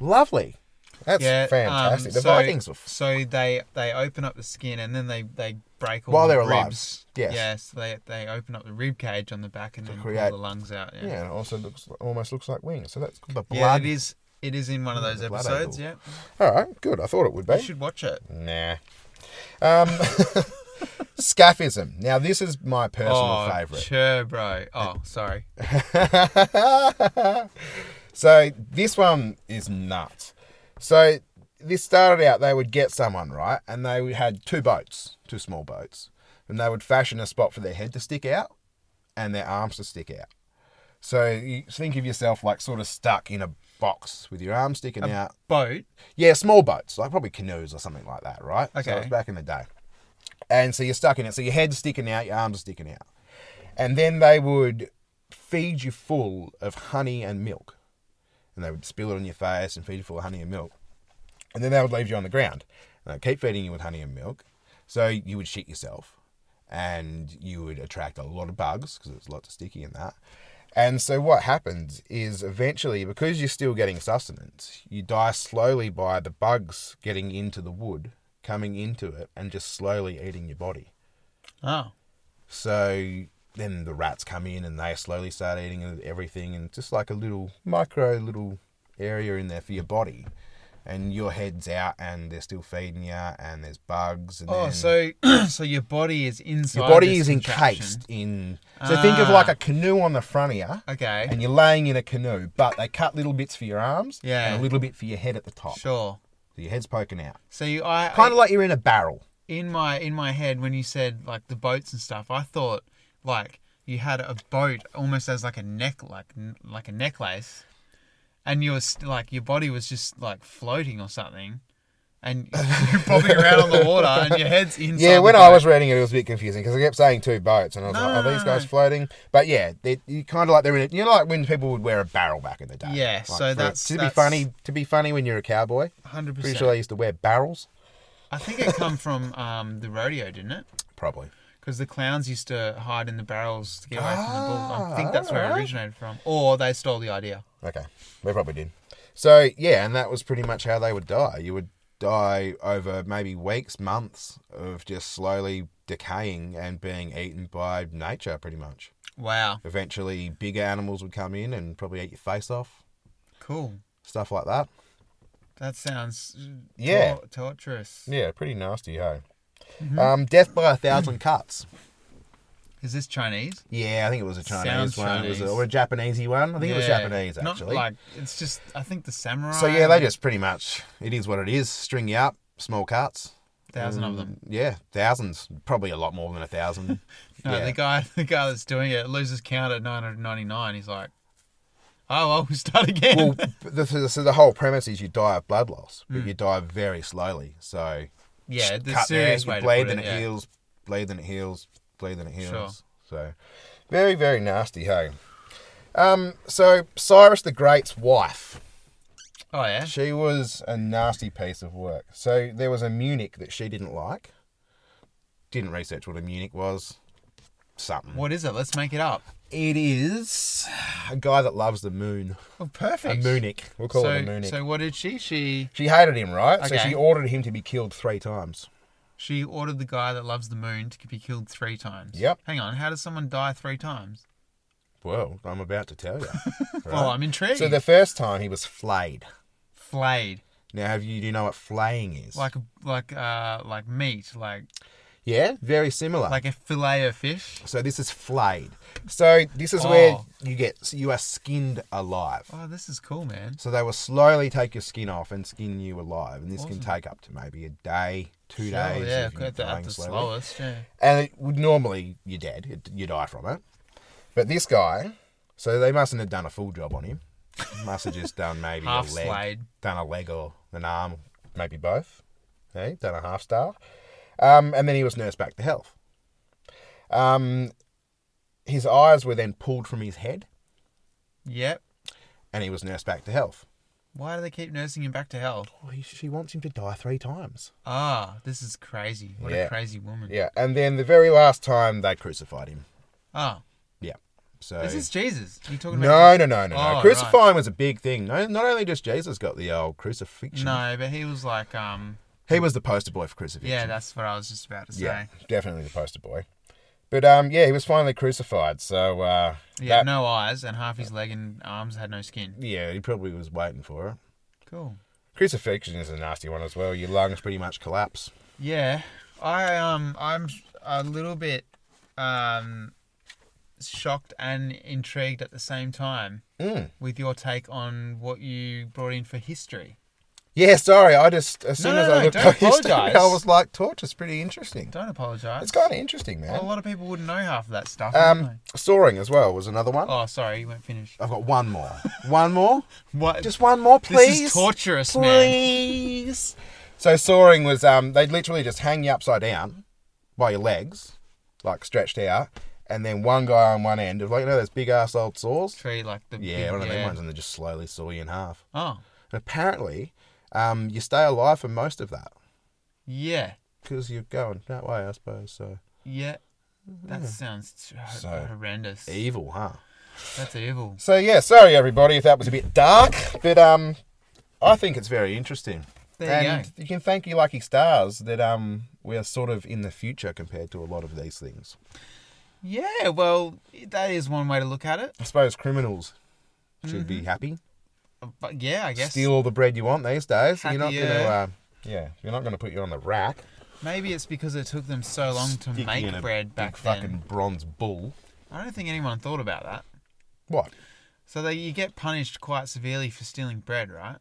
Lovely. That's yeah, fantastic. um, the so- Vikings were f- so they they open up the skin and then they they break all While the they're alive. ribs. Yes. Yeah, so they they open up the rib cage on the back and then create- pull the lungs out. Yeah. yeah, and it also looks almost looks like wings. So that's called the Yeah, blood. Mm, it is. It is in one of those the blood episodes. Yeah, angle. All right, good. I thought it would be. you should watch it. Nah. Um, scaphism. Now, this is my personal oh, favourite. sure, bro. Oh, sorry. so, this one is nuts. So, this started out, they would get someone, right? And they had two boats, two small boats. And they would fashion a spot for their head to stick out and their arms to stick out. So, you think of yourself like sort of stuck in a box with your arms sticking out. Boat. Yeah, small boats, like probably canoes or something like that, right? So Okay. it was back in the day. And so you're stuck in it. So your head's sticking out, your arms are sticking out. And then they would feed you full of honey and milk. And they would spill it on your face and feed you full of honey and milk. And then they would leave you on the ground. And they'd keep feeding you with honey and milk. So you would shit yourself. And you would attract a lot of bugs because there's lots of sticky in that. And so what happens is eventually, because you're still getting sustenance, you die slowly by the bugs getting into the wood, coming into it, and just slowly eating your body. Oh, So then the rats come in and they slowly start eating everything, and just like a little micro little area in there for your body. And your head's out, and they're still feeding you, and there's bugs. And oh, then so so your body is inside. your body this is contraption. encased in. So think of Ah. like a canoe on the front of you, Okay, and you're laying in a canoe, but they cut little bits for your arms Yeah. and a little bit for your head at the top. sure. So your head's poking out. So you, I Kind of like you're in a barrel. in my in my head when you said like the boats and stuff, I thought like you had a boat almost as like a neck like n- like a necklace, and you were st- like your body was just like floating or something, and you're bobbing around on the water and your head's inside. Yeah, the when I boat. was reading it, it was a bit confusing because I kept saying two boats, and I was No, like, no, "Are these no, guys no. floating?" But yeah, they, you kind of like they're in. A, you know, like when people would wear a barrel back in the day. Yeah, Like so for- that's- to that's- be funny. To be funny, when you're a cowboy, hundred pretty sure they percent. used to wear barrels. I think it come from um, the rodeo, didn't it? Probably. Because the clowns used to hide in the barrels to get away from the bull. I Ah, think that's where it alright. originated from, or they stole the idea. Okay, they probably did. So yeah, and that was pretty much how they would die. You would die over maybe weeks, months of just slowly decaying and being eaten by nature, pretty much. Wow. Eventually, bigger animals would come in and probably eat your face off, Cool. stuff like that. That sounds uh, Yeah. tor- torturous. Yeah, pretty nasty, hey. Um, death by a thousand cuts. Is this Chinese? Yeah, I think it was a Chinese Sounds one, It was a, Chinese. or a Japanese one. I think it was Yeah. Japanese Not actually. like it's just I think the samurai. so yeah, they just pretty much it is what it is. String you up, small cuts. thousand of them. Yeah, thousands, probably a lot more than a thousand. No, Mm, yeah. the guy, the guy that's doing it loses count at 999. He's like, oh well, we start again. well, the, the, so the whole premise is you die of blood loss, Hmm. but you die very slowly. So yeah, the cut there, serious you way bleed, to put then it. it yeah. heals, bleed, then it heals, bleed, then it heals. Sure. So very, very nasty. Hey, um, so Cyrus the Great's wife. Oh yeah. She was a nasty piece of work. So there was a Munich that she didn't like. Didn't research what a Munich was. Something. What is it? Let's make it up. It is a guy that loves the moon. Oh, A perfect. Munich. We'll call so, it a Munich. so what did she? She she hated him, right? So Okay. she ordered him to be killed three times. she ordered the guy that loves the moon to be killed three times. Yep. Hang on, how does someone die three times? Well, I'm about to tell you. Well, I'm intrigued. so the first time he was flayed. flayed Now, have you do you know what flaying is? like like uh like meat like yeah, very similar. like a fillet of fish. so this is flayed. So this is where Oh. you get so you are skinned alive. Oh, this is cool, man. So they will slowly take your skin off and skin you alive, and this Awesome. can take up to maybe a day, two Sure, days. yeah, if you're at the, at dying the slowly. slowest. Yeah. And it would normally you're dead, it, you die from it. But this guy, so they mustn't have done a full job on him. Must have just done maybe Half a leg, slayed. done a leg or an arm, maybe both. Hey, done a half star, um, and then he was nursed back to health. Um, his eyes were then pulled from his head, Yep. and he was nursed back to health. Why do they keep nursing him back to hell? Well, Oh, he, she wants him to die three times. Ah, this is crazy. What Yeah. a crazy woman. Yeah, and then the very last time they crucified him. Ah, Yeah. So is this Jesus? Are you talking no, about? no, no, no, Oh, no. right. Crucifying was a big thing. No, not only just Jesus got the old crucifixion. No, but he was like, um, He was the poster boy for crucifixion. yeah, that's what I was just about to say. yeah, definitely the poster boy. But um, yeah, he was finally crucified. So uh, He that- had no eyes, and half his leg and arms had no skin. yeah, he probably was waiting for it. Cool. Crucifixion is a nasty one as well. Your lungs pretty much collapse. Yeah, I um, I'm a little bit um, shocked and intrigued at the same time Mm. with your take on what you brought in for history. Yeah, sorry. I just as No, soon no, as no, I looked don't at his story, apologise. I was like, "Torture's pretty interesting." Don't Oh, apologize. It's kind of interesting, man. a lot of people wouldn't know half of that stuff. wouldn't Um, soaring as well was another one. they? oh, sorry, you weren't finished. I've got one more. One more? What? Just one more, This is please. torturous, man. please. So soaring was um they'd literally just hang you upside down by your legs, like stretched out, and then one guy on one end of like you know those big ass old saws? Tree like the Yeah, big- one of them yeah. ones and they just slowly saw you in half. Oh, And apparently, um, you stay alive for most of that. yeah, Because you're going that way, I suppose, so yeah. That sounds ho- Mm-hmm. So- eh. horrendous. evil, huh? That's evil. So yeah, sorry everybody if that was a bit dark, but um, I think it's very interesting. There you and go. you can thank your lucky stars that um we are sort of in the future compared to a lot of these things. Yeah, well, that is one way to look at it. I suppose criminals should Mm-hmm. be happy. But yeah, I guess Steal all the bread you want these days. you're not Happy, gonna yeah. uh, yeah, you're not gonna put you on the rack. maybe it's because it took them so long to Stick you in make a bread big back then. fucking bronze bull. I don't think anyone thought about that. What? So they, you get punished quite severely for stealing bread, right?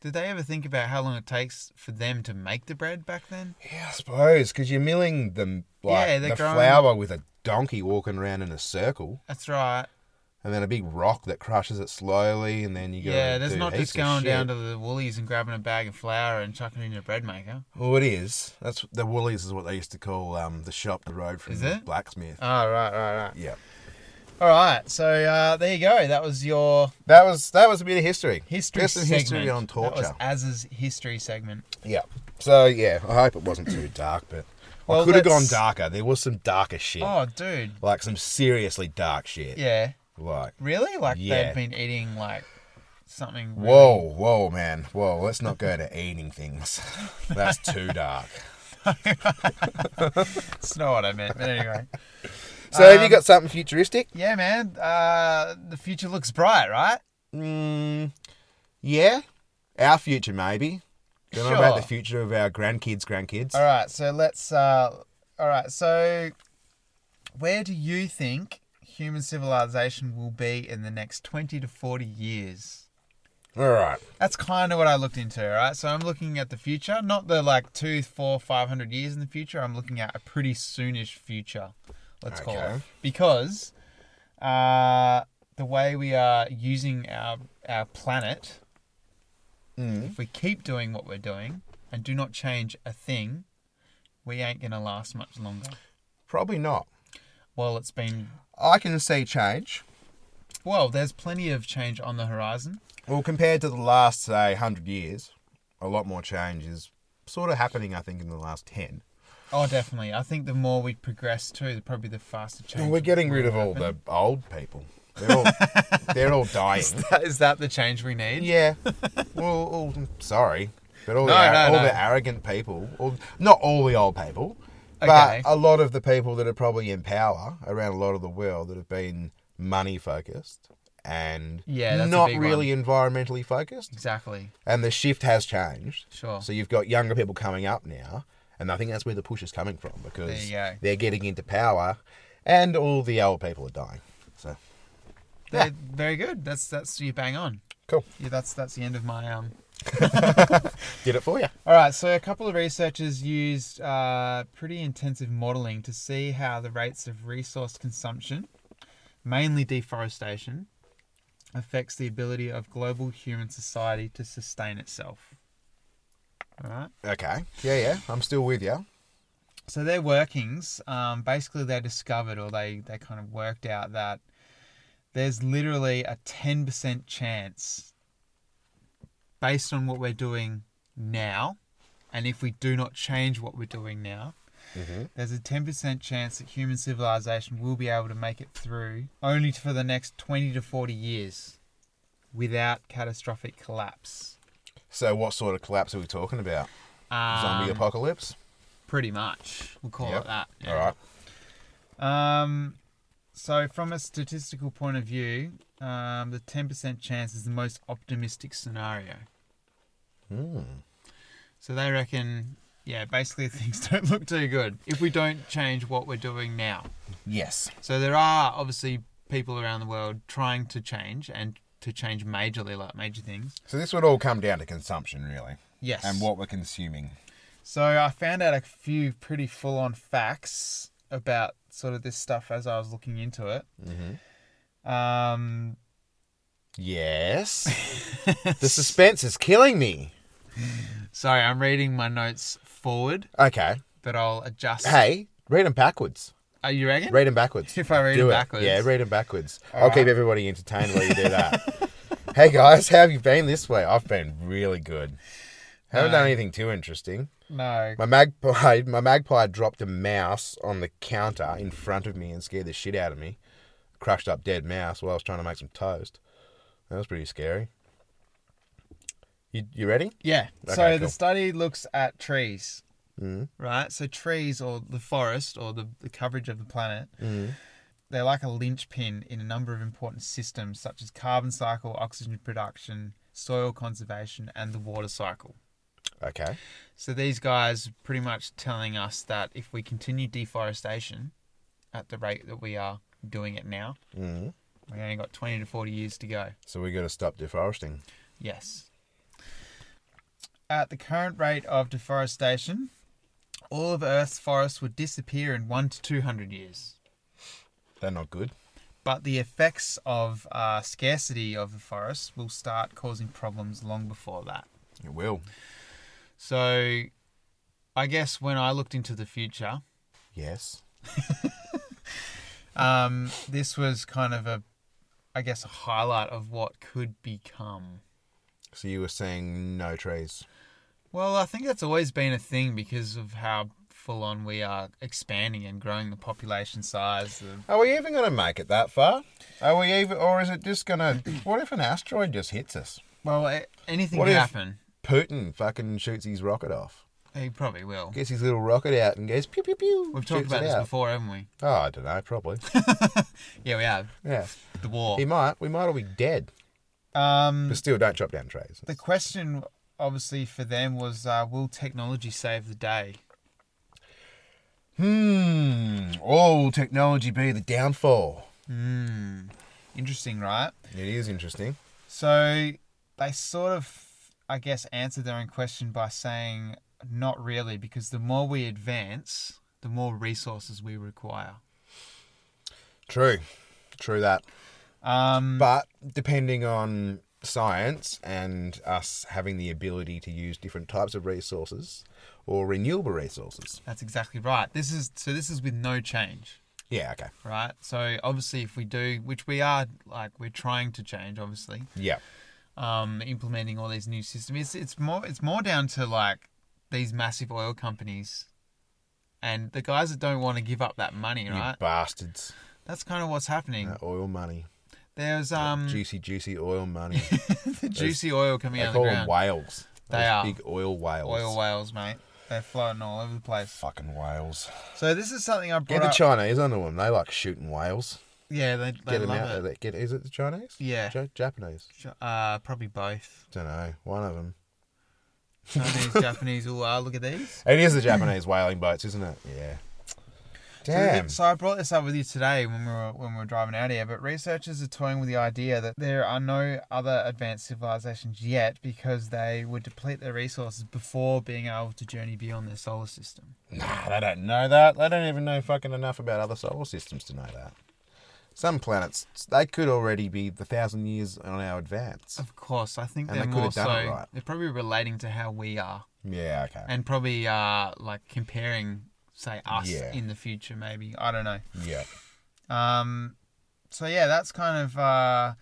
Did they ever think about how long it takes for them to make the bread back then? Yeah, I suppose because you're milling them like Yeah, they're the growing- flour with a donkey walking around in a circle. That's right. and then a big rock that crushes it slowly, and then you go. Yeah, there's not just going down to the Woolies and grabbing a bag of flour and chucking it in your bread maker. Well, it is. That's the Woolies is what they used to call um, the shop, the road from Is the it? blacksmith. Oh, right, right, right. yeah, All right, so uh, there you go. That was your that was that was a bit of history. history Just some segment. history on That was torture. Az's history segment. Yeah. So yeah, I hope it wasn't too dark, but Well, I could have gone let's- darker. There was some darker shit, Oh, dude. like some seriously dark shit. Yeah. Like Really? Like Yeah. they've been eating like something. really- Whoa, whoa, man. Whoa, let's not go to eating things. That's too dark. That's not what I meant. But anyway, So, have you got something futuristic? yeah, man. Uh, the future looks bright, right? Mm, yeah. Our future, maybe. Don't know about Sure. the future of our grandkids' grandkids. All right, so let's. Uh, all right, so where do you think human civilization will be in the next twenty to forty years? All right. That's kind of what I looked into, right? So I'm looking at the future, not the like two, four, five hundred years in the future. I'm looking at a pretty soonish future, let's call it, Okay. because uh, the way we are using our our planet, if we keep doing what we're doing and do not change a thing, we ain't gonna last much longer. Probably not. Well, it's been I can see change. well. There's plenty of change on the horizon. Well, compared to the last, say, 100 years, a lot more change is sort of happening, I think, in the last 10. Oh, definitely. I think the more we progress too, the probably the faster change. we're getting rid of all the old people. They're all, they're all dying. Is that the change we need? Yeah. well, all, sorry, but all, No, the, ar- no, all no. the arrogant people, all, not all the old people, but Okay. a lot of the people that are probably in power around a lot of the world that have been money focused and Yeah, that's a not big really environmentally focused. Exactly. And the shift has changed. Sure. So you've got younger people coming up now, and I think that's where the push is coming from because There you go. they're getting into power, and all the old people are dying. So They're Very good. That's that's you bang on. cool, Yeah, that's that's the end of my um. did it for you. All right, so a couple of researchers used uh, pretty intensive modeling to see how the rates of resource consumption, mainly deforestation, affects the ability of global human society to sustain itself. All right. Okay. Yeah, yeah. I'm still with you. so their workings um, basically they discovered or they, they kind of worked out that there's literally a 10% chance based on what we're doing now and if we do not change what we're doing now Mm-hmm. there's a 10% chance that human civilization will be able to make it through only for the next 20 to 40 years without catastrophic collapse So, what sort of collapse are we talking about? Zombie um, apocalypse? pretty much we'll call Yep. it that yeah. All right. Um, so from a statistical point of view, um, the ten percent chance is the most optimistic scenario. Hmm. So they reckon, yeah, basically things don't look too good if we don't change what we're doing now. Yes. So there are obviously people around the world trying to change and to change majorly, like major things. So, this would all come down to consumption, really, Yes. and what we're consuming. So I found out a few pretty full on facts about sort of this stuff as I was looking into it. Mm-hmm. Um, Yes. the suspense is killing me. Sorry, I'm reading my notes forward, Okay. but I'll adjust. Hey, read them backwards. Are you reckon? Read them backwards. If I read Do them it. backwards. Yeah, read them backwards. I'll keep everybody entertained while you do that. hey, guys, how have you been this way? I've been really good. Haven't done anything too interesting. no. My magpie, my magpie dropped a mouse on the counter in front of me and scared the shit out of me. Crushed up dead mouse while I was trying to make some toast. That was pretty scary. You, you ready? Yeah. Okay, so the cool. Mm-hmm. study looks at trees, right? So trees or the forest or the, the coverage of the planet, Mm-hmm. they're like a linchpin in a number of important systems such as carbon cycle, oxygen production, soil conservation, and the water cycle. Okay. So these guys are pretty much telling us that if we continue deforestation at the rate that we are doing it now, Mhm. we only got 20 to 40 years to go. So we got to stop deforesting. Yes. At the current rate of deforestation, all of Earth's forests would disappear in 1 to 200 years. They're not good. But the effects of uh, scarcity of the forests will start causing problems long before that. It will. So I guess when I looked into the future, Yes. um, this was kind of a, I guess, a highlight of what could become. So you were saying no trees. Well, I think that's always been a thing because of how full on we are expanding and growing the population size. The, Are we even going to make it that far? Are we even, or is it just going to? What if an asteroid just hits us? well, a- anything What could if- happen. Putin fucking shoots his rocket off. He probably will. Gets his little rocket out and goes pew pew pew. We've talked shoots about it this out. before, haven't we? Oh, I don't know. Probably. Yeah, we have. Yeah. The war. He might. We might all be dead. Um, But still, don't chop down trees. the question, obviously, for them was uh, will technology save the day? Hmm. All technology be the downfall. Hmm. Interesting, right? It is interesting. So they sort of, I guess, answered their own question by saying, not really, because the more we advance, the more resources we require. True. True that. Um, But depending on science and us having the ability to use different types of resources or renewable resources. that's exactly right. This is so. This is with no change, Yeah, okay. right? So obviously, if we do, which we are, like we're trying to change, obviously, Yeah. um, implementing all these new systems. It's it's more it's more down to like these massive oil companies, and the guys that don't want to give up that money, right? You bastards. That's kind of what's happening. That oil money. There's um. juicy, juicy oil money. the juicy oil coming they out of the call them ground. whales. They Those are. Big oil whales. Oil whales, mate. They're floating all over the place. Fucking whales. So this is something I brought Get the up. Chinese onto them. They like shooting whales. yeah, they, they Get them out. love it. there. Get, is it the Chinese? Yeah. Ja- Japanese. Uh, probably both. Don't know. One of them. Chinese, Japanese, all are. Look at these. It is the Japanese whaling boats, isn't it? Yeah. So Damn. th- So, I brought this up with you today when we were when we were driving out here. But researchers are toying with the idea that there are no other advanced civilizations yet because they would deplete their resources before being able to journey beyond their solar system. Nah, they don't know that. They don't even know fucking enough about other solar systems to know that. Some planets, they could already be the thousand years on our advance. Of course, I think And they're they more could've so. done it right. They're probably relating to how we are. Yeah, okay. and probably uh like comparing say us Yeah. in the future maybe i don't know yeah. um so yeah that's kind of uh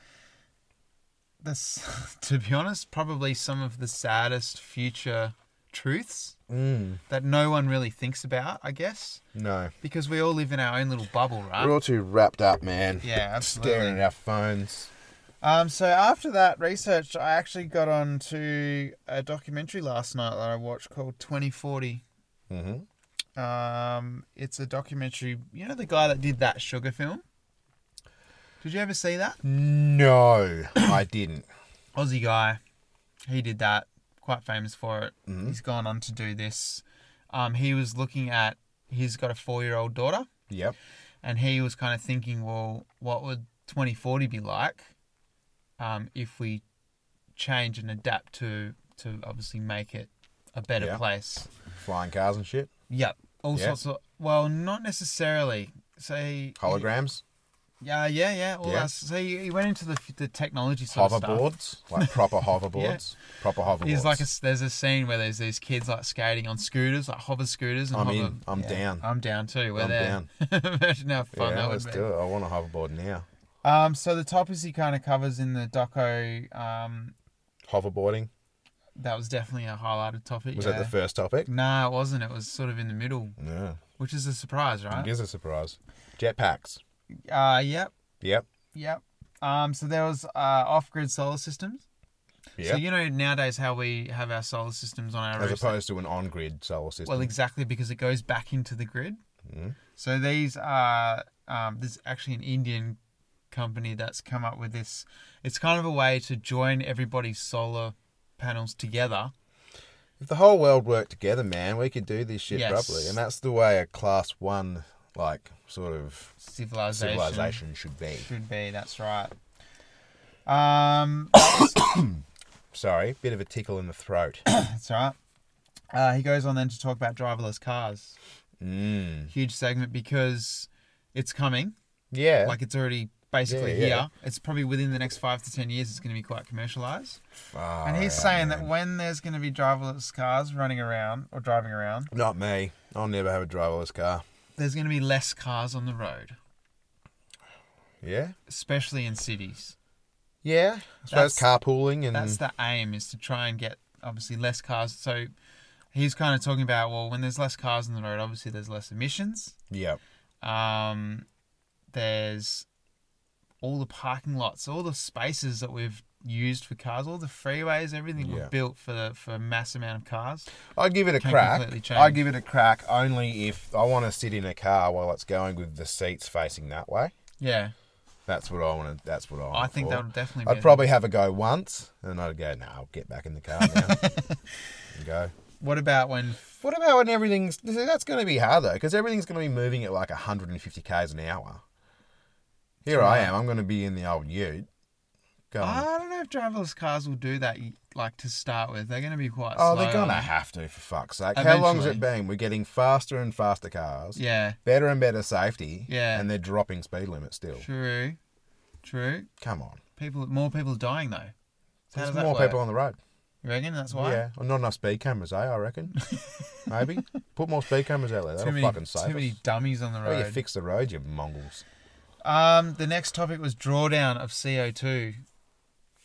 this to be honest probably some of the saddest future truths Mm, that no one really thinks about i guess no. because we all live in our own little bubble right We're all too wrapped up, man. yeah Staring at absolutely our phones. um so after that research i actually got on to a documentary last night that i watched called 2040 Mm-hmm. Um, it's a documentary. You know the guy that did that sugar film. Did you ever see that No, I didn't. Aussie guy? He did that. Quite famous for it. Mm-hmm. He's gone on to do this. Um, he was looking at. He's got a four-year-old daughter, Yep. and he was kind of thinking, well, what would 2040 be like um, if we change and adapt to to obviously make it a better Yeah. place. Flying cars and shit. Yep. All Yeah. sorts of. Well, not necessarily. Say Holograms. Yeah, yeah, yeah. All Yeah. that. So he, he went into the f- the technology sort of Hoverboards. Like proper hoverboards. Proper hoverboards. stuff. He's like a s there's a scene where there's these kids like skating on scooters, like hover scooters, and I'm hover. in. I'm yeah. down. I'm down too. We're I'm there. down. Imagine how fun yeah, that let's would be. do it. I want a hoverboard now. Um, so the topics he kind of covers in the doco, um, Hoverboarding. that was definitely a highlighted topic. Was yeah. that the first topic? Nah, it wasn't. It was sort of in the middle, Yeah. which is a surprise, It right? is a surprise. Jetpacks. Uh, yep, Yep. yep. Um, so there was uh, off-grid solar systems. Yep. So you know nowadays how we have our solar systems on our As roofs opposed to an on-grid solar system. Well, exactly because it goes back into the grid. Mhm. So these are um, there's actually an Indian company that's come up with this. It's kind of a way to join everybody's solar panels together. if the whole world worked together, man, we could do this shit Yes. properly. And that's the way a class one, like, sort of Civilization, civilization should be. should be. That's right. Um, Sorry, bit of a tickle in the throat. that's right. Uh, he goes on then to talk about driverless cars. mm. Huge segment because it's coming. Yeah. Like it's already basically Yeah, yeah. here. It's probably within the next five to ten years. It's going to be quite commercialized. Far And he's out, saying man. that when there's going to be driverless cars running around or driving around, Not me. I'll never have a driverless car. there's going to be less cars on the road, Yeah. especially in cities. Yeah. I suppose That's- carpooling and That's the aim is to try and get obviously less cars. So he's kind of talking about well, when there's less cars on the road, obviously there's less emissions. Yeah. Um, there's all the parking lots, all the spaces that we've used for cars, all the freeways, everything Yeah. we've built for the, for a mass amount of cars. I'd give it a Can completely crack. change. I'd give it a crack only if I want to sit in a car while it's going with the seats facing that way. Yeah, That's what I want to. That's what I. I want think for. that would definitely. Be I'd probably have a go once, and I'd go, "No, I'll get back in the car now." and go. What about when? What about when everything's? see, That's going to be hard though, because everything's going to be moving at like 150 k's an hour. Here I am. I'm going to be in the old Ute. Going, I don't know if driverless cars will do that. Like to start with, they're going to be quite. oh, they're slow. going to have to for fuck's sake. How long's it Eventually. been? We're getting faster and faster cars. Yeah, Better and better safety. Yeah. And they're dropping speed limits still. true, true. Come on. People, more people dying though. So how There's does that more work? people on the road. You reckon that's why? Yeah. Well, not enough speed cameras, eh? I reckon. Maybe put more speed cameras out there. That'll Too many, fucking save too many us. dummies on the Oh, you road. fix the road, you mongols. um, the next topic was drawdown of CO two.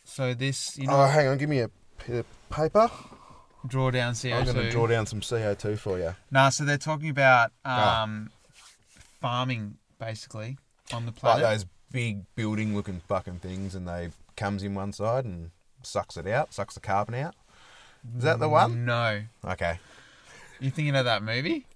So this, you know, Oh, hang on. Give me a, p- a paper. drawdown CO Uh, I'm going two. to draw down some CO2 for you. Nah, so they're talking about Ah. um, farming basically on the Like planet. those big building-looking fucking things, and they comes in one side and sucks it out, sucks the carbon out. Is that the one? No, Okay. you thinking of that movie?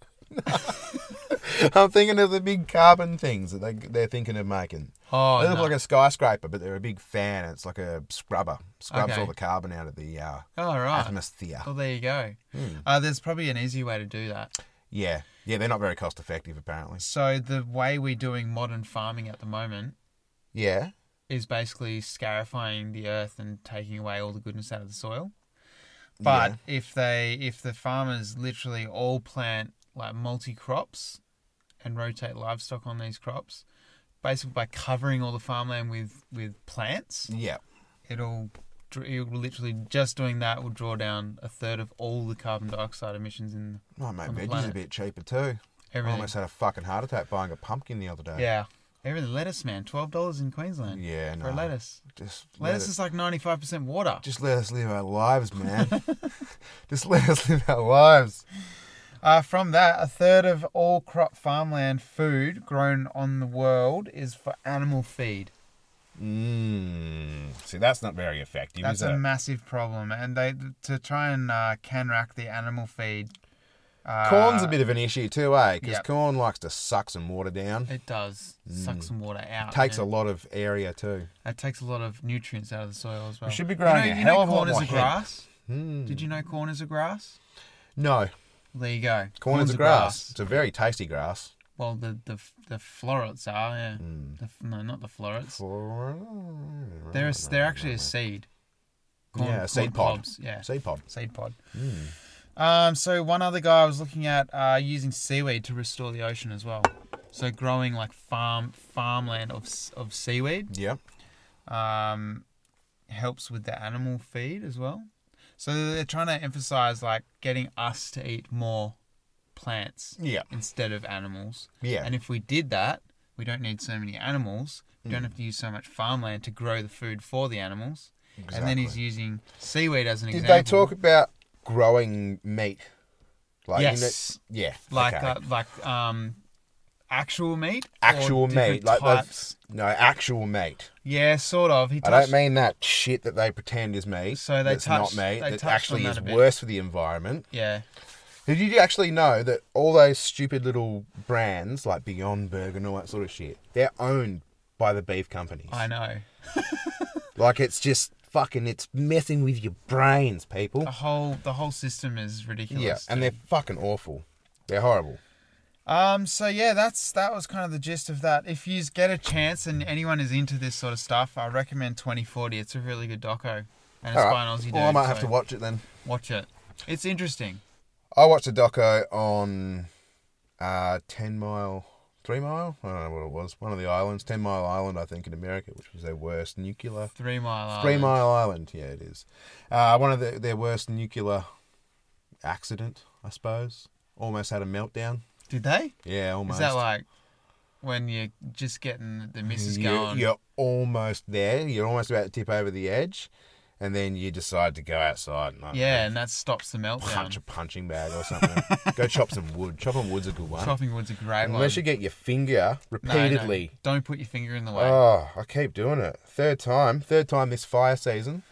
I'm thinking of the big carbon things that they, they're thinking of making. Oh, they look no. like a skyscraper, but they're a big fan. and It's like a scrubber. Scrubs Okay. all the carbon out of the uh, oh, right. atmosphere. Well, there you go. Hmm. Uh, there's probably an easy way to do that. Yeah. Yeah, they're not very cost effective, apparently. So the way we're doing modern farming at the moment Yeah. is basically scarifying the earth and taking away all the goodness out of the soil. But if they if the farmers literally all plant like multi crops and rotate livestock on these crops, basically by covering all the farmland with with plants, Yeah. it'll dr- it'll literally just doing that will draw down a third of all the carbon dioxide emissions in Oh, mate, On the veggie's a planet. bit cheaper too. I everything. almost had a fucking heart attack buying a pumpkin the other day. Yeah. Everything lettuce, man, twelve dollars in Queensland Yeah, no. for lettuce. Just let Lettuce us, is like ninety five percent water. just let us live our lives, man. just let us live our lives. Uh, from that, a third of all crop farmland food grown on the world is for animal feed. Mm. See, that's not very effective, That's is a it? massive problem, and they to try and uh, canrack the animal feed. Uh, Corn's a bit of an issue too, eh? Because Yep. corn likes to suck some water down. It does suck some water out. Mm. Takes yeah. a lot of area too. It takes a lot of nutrients out of the soil as well. should be growing you know, a you know hell of a lot corn is more a hemp. grass. Mm. Did you know corn is a grass? No, There you go. corn Corn's is a grass. It's a very tasty grass. Well, the the the florets are yeah. Mm. The f no, not the florets. They're a, they're actually a seed. Yeah, a seed pod. Hmm. cobs, Yeah, Seed pod. seed pod. Um, so one other guy I was looking at uh, using seaweed to restore the ocean as well. So growing like farm farmland of s- of seaweed Yep. um, helps with the animal feed as well. So they're trying to emphasize like getting us to eat more plants Yeah. instead of animals. Yeah. And if we did that, we don't need so many animals. We Hmm. don't have to use so much farmland to grow the food for the animals. And then he's using seaweed as an Did example. they talk about growing meat? Like, you know- Yes. yeah. like okay. uh, like um actual meat? or actual meat, different like types? the no actual meat. yeah, sort of. He I touched, don't mean that shit that they pretend is meat. So they that's touched- not meat. they that touched actually on that is a bit. worse for the environment. Yeah, Did you actually know that all those stupid little brands like Beyond Burger and all that sort of shit, they're owned by the beef companies. I know. Like it's just fucking, it's messing with your brains, people. The whole the whole system is ridiculous. yeah, and Oh, dude. they're fucking awful. They're horrible. Um, so yeah, that's that was kind of the gist of that. If you get a chance and anyone is into this sort of stuff, I recommend 2040. It's a really good doco, and it's All by right. an Aussie dude. Well, I might have so to watch it then. watch it. It's interesting. I watched a doco on uh, 10 Mile, 3 Mile? I don't know what it was. One of the islands, 10 Mile Island, I think, in America, which was their worst nuclear. Three Mile Island. Three Mile Island, yeah, it is. Uh, one of the, their worst nuclear accident, I suppose. Almost had a meltdown. Did they? Yeah, Is almost. that like when you're just getting the missus you, going? You're almost there. You're almost about to tip over the edge, and then you decide to go outside and I don't Yeah, know, and that stops the meltdown. punch a punching bag or something. go chop some wood. Chopping wood's a good one. Chopping wood's a great one. Unless you get your finger No, no, repeatedly. don't put your finger in the way. Oh, I keep doing it. Third time. Third time this fire season.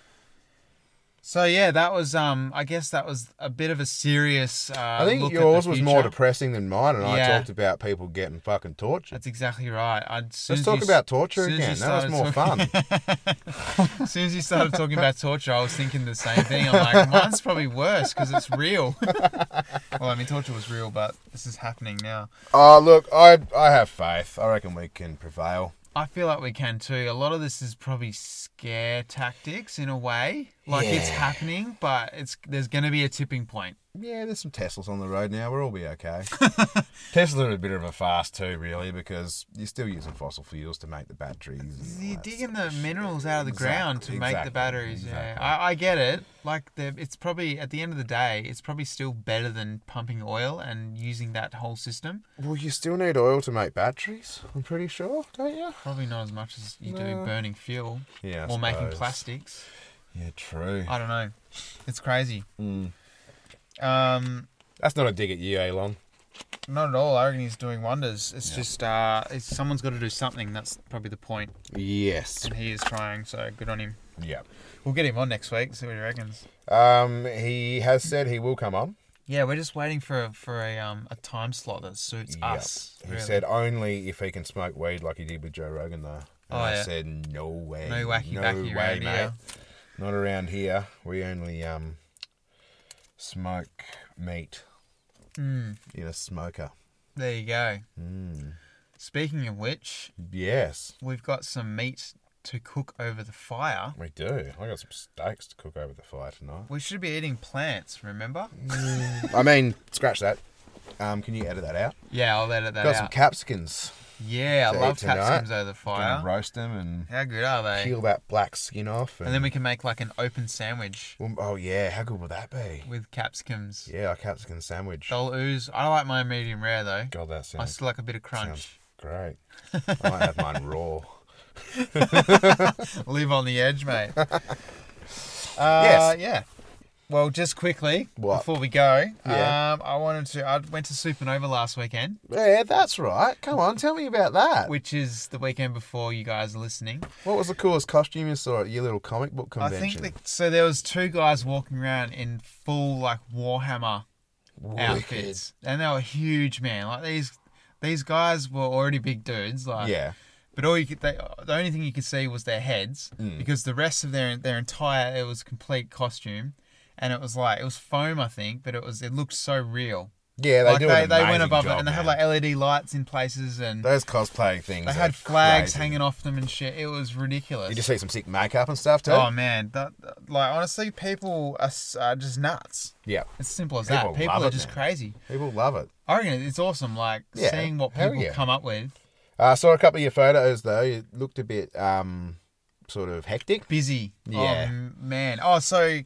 so yeah, that was um. I guess that was a bit of a serious. Uh, I think look at yours the was more future. depressing than mine, and I Yeah. talked about people getting fucking tortured. That's exactly right. I'd, soon Let's as talk you- about torture soon as again. you That was started more talking- fun. As soon as you started talking about torture, I was thinking the same thing. I'm like, mine's probably worse because it's real. well, I mean, torture was real, but this is happening now. oh, look, I I have faith. I reckon we can prevail. I feel like we can too. A lot of this is probably scare tactics in a way. Like it's Yeah. happening, but it's there's going to be a tipping point. Yeah, there's some Teslas on the road now. We'll all be okay. Tesla are a bit of a fast too, really, because you're still using fossil fuels to make the batteries. and all You're that digging sort the of shit. minerals out of the Exactly, ground to make exactly, the batteries. exactly. Yeah, I, I get it. Like, the, it's probably at the end of the day, it's probably still better than pumping oil and using that whole system. Well, you still need oil to make batteries. I'm pretty sure, don't you? Probably not as much as you do No. burning fuel Yeah. or making plastics. Yeah, true. I don't know. It's crazy. Mm. Um, That's not a dig at you, Elon. not at all. I reckon he's doing wonders. It's just uh, it's, someone's got to do something. That's probably the point, Yes. and he is trying. So good on him. Yeah. We'll get him on next week. See what he reckons. Um, he has said he will come on. Yeah, we're just waiting for a, for a um a time slot that suits us. Yep. He really. said only if he can smoke weed like he did with Joe Rogan, though. And Oh, I yeah. said no way. no wacky backy around here. Not around here. We only um smoke meat Mm, in a smoker. there you go. Mm. Speaking of which, Yes, we've got some meat to cook over the fire. we do. I got some steaks to cook over the fire tonight. We should be eating plants. Remember? I mean, scratch that. Um, can you edit that out? Yeah, I'll edit that got out. Oh, some capsicums. yeah, I to love eat tonight. capsicums over the Gonna fire. roast them and How good are they? peel that black skin off. And, And then we can make like an open sandwich Well, oh yeah, how good would that be? with capsicums. Yeah, a capsicum sandwich. They'll ooze. I like mine medium rare though. God, that I sounds still like a bit of sounds crunch. great. I might have mine raw. Live on the edge, mate. uh, Yes. Yeah. Well, just quickly What? before we go, Yeah. um, I wanted to. I went to Supernova last weekend, Yeah, that's right. Come on, tell me about that. which is the weekend before you guys are listening. What was the coolest costume you saw at your little comic book convention? I think that, so. There was two guys walking around in full like Warhammer outfits, and they were huge, man. Like these, these guys were already big dudes. Like Yeah. But all you could, they, the only thing you could see was their heads Hmm. because the rest of their their entire it was complete costume, and it was like it was foam I think, but it was it looked so real. Yeah, they like do they, an they amazing went above job, it and they had man. like LED lights in places and those cosplaying things. they are had flags crazy. hanging off them and shit. It was ridiculous. You just see some sick makeup and stuff too. oh man, that, that- like honestly, people are, s- are just nuts. yeah, It's simple as People that. People love are it, just man. crazy. people love it. I reckon it's awesome. Like Yeah, seeing what hell people yeah. come up with. Uh, I saw a couple of your photos though. You looked a bit um, sort of hectic. busy. Yeah. Oh, man. Oh, so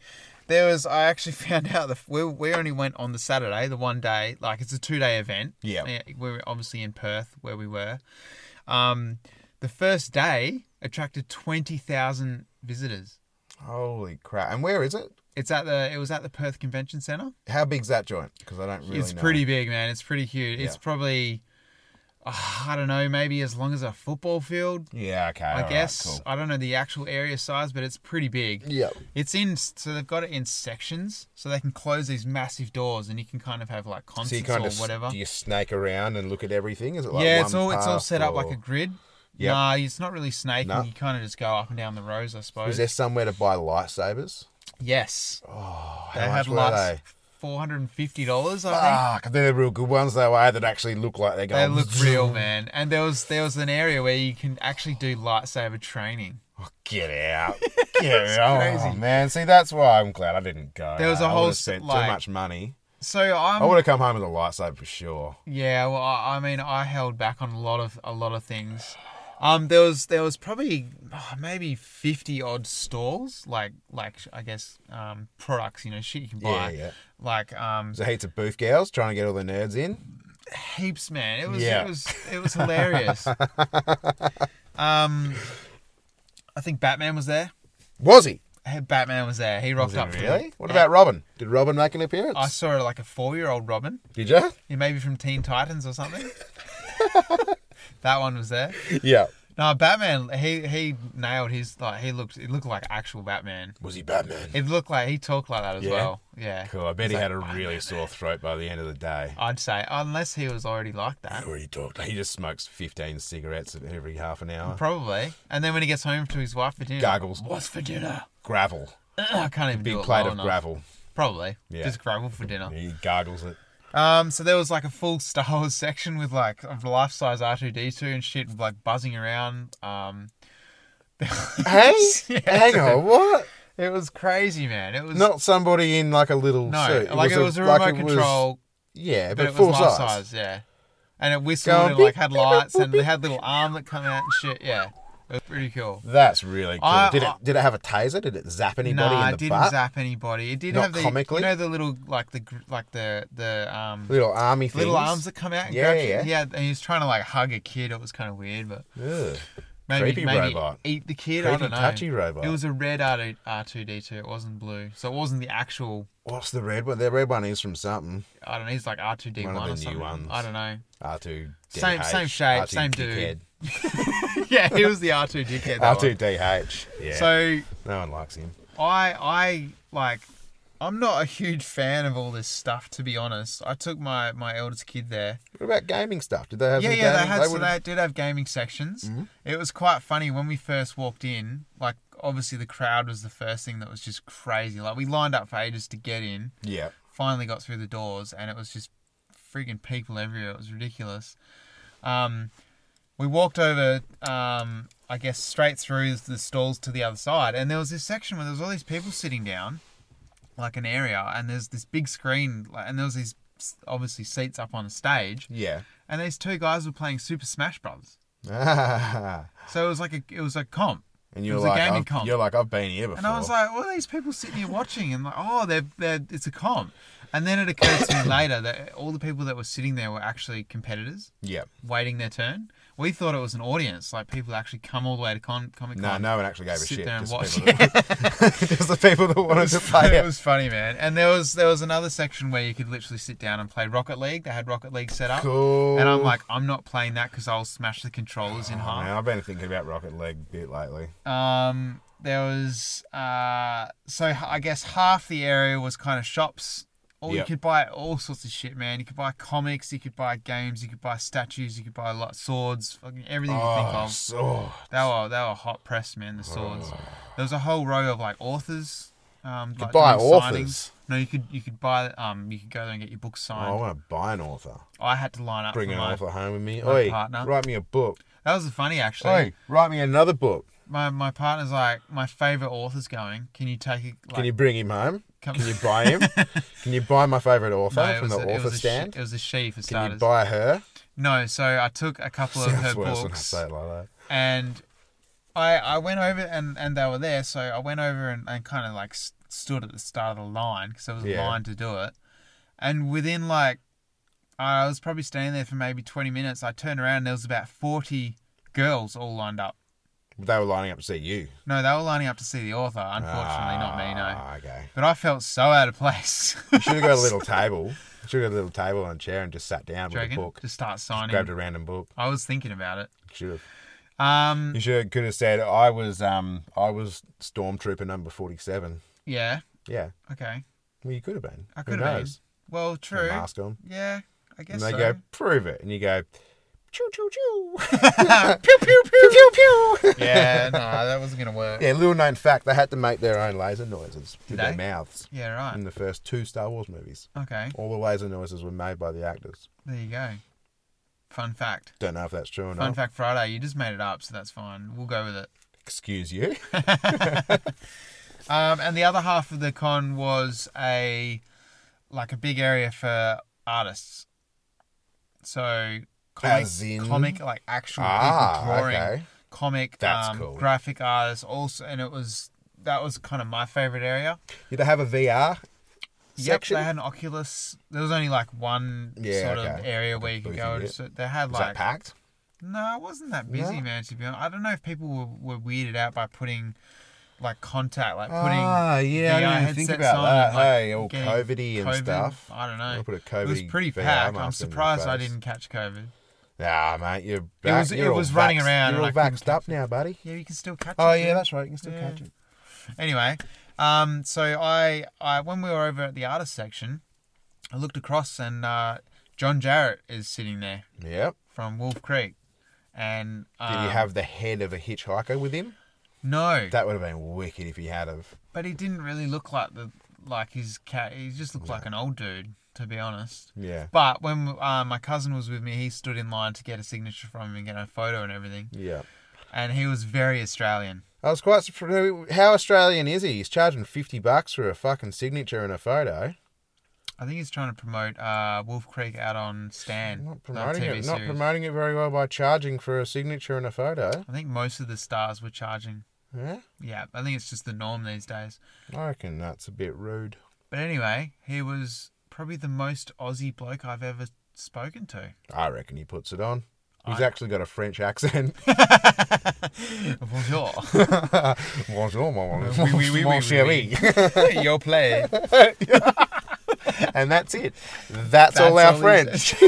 there was. I actually found out that we, we only went on the Saturday, the one day. Like it's a two day event. Yeah. We were obviously in Perth where we were. Um, the first day attracted twenty thousand visitors. Holy crap! And where is it? It's at the. It was at the Perth Convention Centre. How big's that joint? Because I don't really. it's know. pretty big, man. It's pretty huge. It's Yeah. probably. ah, I don't know, maybe as long as a football field. Yeah. Okay. I guess I don't know the actual area size, but it's pretty big. Yeah. It's in, so they've got it in sections, so they can close these massive doors, and you can kind of have like concerts So you kind or of whatever. do you snake around and look at everything? Is it like yeah, one it's all it's all path set up like or- a grid. Yep. Nah, it's not really snaking. No. You kind of just go up and down the rows, I Is suppose. there somewhere to buy lightsabers? yes, Oh, they how much have were like they? four hundred and fifty dollars. I think. Ah, 'cause they're the real good ones though. Eh? That actually look like they're They going. look real, man. And there was there was an area where you can actually do lightsaber training. Oh, get out. Get out. Oh, man. See, that's why I'm glad I didn't go. There was a I would've whole s- spent like- too much money. So I'm I would have come home with a lightsaber for sure. Yeah, well, I, I mean, I held back on a lot of a lot of things. Um, there was there was probably oh, maybe fifty odd stalls, like like I guess um, products, you know, shit you can buy, Yeah, yeah. like um, There's a heaps of booth girls trying to get all the nerds in. heaps, man. It was Yeah. it was it was hilarious. um, I think Batman was there. Was he? He Hey, Batman was there. He rocked up. to it. Really? What about Robin? Did Robin make an appearance? I saw like a four-year-old Robin. Did you? He may be from Teen Titans or something. that one was there. Yeah. No, Batman. He he nailed his like. He looked. It looked like actual Batman. Was he Batman? It looked like he talked like that as Yeah? well. Yeah. Cool. I bet he had a really sore throat by the end of the day. I'd say unless he was already like that, Or he talked. He just smokes 15 cigarettes every half an hour. probably. And then when he gets home to his wife for dinner, Gargles. What's for dinner? Gravel. I can't even Big do it plate low of enough. gravel. Probably. Yeah. Just gravel for dinner. He gargles it. Um, so there was like a full Star Wars section with like a life size R two D two and shit, like buzzing around. Um, Hey? Yeah. Hang on, what? it was crazy, man. It was Not somebody in like a little no, suit. like it was a, like remote it was- control, yeah, but, but it was full life size. size. yeah. And it whistled Going and like beep, had beep, lights boop, and they had little arm that come out and shit. Yeah, it was pretty cool. That's really cool. I- did it I- did it have a taser? Did it zap anybody No, in nah, the it didn't butt? zap anybody. It did Not have the comically? you know the little like the gr- like the the um Little army things. little arms that come out. And Yeah, grab yeah, yeah. shit. yeah. And he was trying to like hug a kid. It was kind of weird, but. Ugh. Maybe, Creepy maybe robot. eat the kid. I Creepy don't know. touchy robot. It was a red R two D two. It wasn't blue, so it wasn't the actual. What's the red one? The red one is from something. I don't know. He's like R two D One one of or the new something. ones. I don't know. R2. Same- same shape, same dude. yeah, he was the R two dickhead. that one. R2DH. Yeah. So no one likes him. I I like I'm not a huge fan of all this stuff to be honest. I took my my eldest kid there. What about gaming stuff? Did they Mm-hmm. have Yeah, some yeah, they gaming? had so would- they did have gaming sections. It was quite funny when we first walked in. Like obviously the crowd was the first thing that was just crazy. Like we lined up for ages to get in. Yeah. finally got through the doors and it was just freaking people everywhere. It was ridiculous. Um, we walked over, um, I guess, straight through the stalls to the other side, and there was this section where there was all these people sitting down, like an area, and there's this big screen, like- and there was these s- obviously seats up on a stage, Yeah. and these two guys were playing Super Smash Brothers. and So it was like a it was a comp. you're was a like, gaming I've, comp. you're like, I've been here before. And I was like, what are these people sitting here watching? And like, oh, they're, they're, it's a comp. And then it occurred to me later that all the people that were sitting there were actually competitors yeah. waiting their turn. We thought it was an audience, like people actually come all the way to con- Comic No, Con. no one actually gave a Sit shit. there and Just, watch. The people that, just the people that wanted to play it it. was funny, man. And there was there was another section where you could literally sit down and play Rocket League. They had Rocket League set up, Cool. and I'm like, I'm not playing that because I'll smash the controllers in half. Man, I've been thinking about Rocket League a bit lately. Um, there was uh, so h- I guess half the area was kind of shops. All Yep. you could buy all sorts of shit, man. You could buy comics, you could buy games, you could buy statues, you could buy a lot swords, fucking everything you think Oh, of. so, They were they were hot pressed, man. The swords. There was a whole row of like authors. Um, you could buy authors? No, you could you could buy um you could go there and get your book oh, I signed. want to buy an author. I had to line up Bring for an mine. author home with me. my Oi, partner. write me a book. That was funny actually. Oi, write me another book. My my partner's like my favorite author's going. Can you take it? Like, Can you bring him home? Come- Can you buy him? Can you buy my favourite author No, it from the was a- it author was a she- stand? it was a she for Can you starters. buy her? no, so I took a couple of her Sounds worse when I books say it like that. and I I went over and, and they were there, so I went over and, and kind of like s- stood at the start of the line because there was a Yeah. line to do it. And within like, I was probably standing there for maybe 20 minutes. I turned around and there was about 40 girls all lined up. They were lining up to see you. No, they were lining up to see the author. Unfortunately, not me, no. Ah, Okay. But I felt so out of place. You should have got a little table. Should have got a little table and a chair and just sat down with a Dragon, book. just start signing. Grabbed a random book. I was thinking about it. Should have. Um, You should could have said I was um I was stormtrooper number forty seven. yeah. Yeah. Okay. Well, you could have been. I Who could have been. knows? Well, With true. a Mask on. Yeah, I guess And they so. go prove it, and you go choo choo choo. pew pew pew pew pew. yeah, no, that wasn't gonna work. Yeah, Yeah, little known fact, they had to make their own laser noises with they? their mouths in right. the first two Star Wars movies. Okay, All the laser noises were made by the actors. there you go. Fun fact. Don't know if that's true or Fun not. fact Friday. You just made it up, so that's fine. We'll go with it. Excuse you. Um, and the other half of the con was a like a big area for artists. So comic, As in? comic like actual Ah, people drawing, okay. comic, That's um, cool. graphic artists. Also, and it was that was kind of my favorite area. Did they have a VR section? Yep, they had an Oculus. There was only like one Yeah, sort of okay. area where you could booth go. and to shit. so they had was like that packed? no, it wasn't that busy, No? man. To be honest, I don't know if people were, were weirded out by putting like contact, like putting Ah, yeah, I VR didn't even think headsets about on that. and, like, Hey, all getting COVIDy and stuff. I don't know. We'll put a it was COVID pretty VR packed. I'm mask in your surprised I face. didn't catch COVID. Nah, mate, you're It back. was- you're it all was running vaxxed- around You're all and I couldn't vaxxed up now, buddy. Yeah, you can still catch it. Oh yeah, dude. that's right. You can still Yeah. catch it. Anyway, um, so I, I when we were over at the artist section, I looked across and uh, John Jarrett is sitting there Yep. from Wolf Creek, and Did um, he have the head of a hitchhiker with him? no? That would have been wicked if he had of. but he didn't really look like the like his cat. He just looked like an old dude, to be honest. Yeah. But when uh, my cousin was with me, he stood in line to get a signature from him and get a photo and everything, Yeah. and he was very Australian. I was quite surprised. How Australian is he? He's charging fifty bucks for a fucking signature and a photo. I think he's trying to promote uh, Wolf Creek out on Stan. Not the promoting TV it. Not series. promoting it very well by charging for a signature and a photo. I think most of the stars were charging. Yeah. Yeah, I think it's just the norm these days. I reckon that's a bit rude. But anyway, he was probably the most Aussie bloke I've ever spoken to. I reckon he puts it on. He's actually got a French accent. Bonjour. Bonjour, mon, mon, Oui, oui, oui, mon oui, chéri. Your play. That's, And that's it. That's, all our he French. said.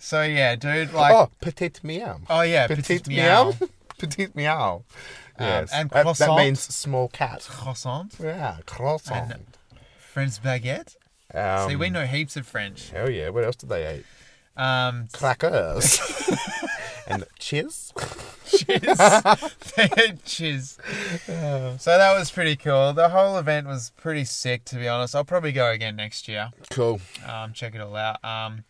so yeah, dude, like Oh, oh, petite meow. yeah, petite petite meow. meow. petite meow. Yes. and That- that, croissant. means small cat. Croissant. Yeah, croissant. And- French baguette. Um, See, we know heaps of French. Hell yeah. What else did they eat? Um, Crackers. and cheese. cheers. cheers. Uh, So that was pretty cool. The whole event was pretty sick, to be honest. I'll probably go again next year. Cool. Um, check it all out. Um,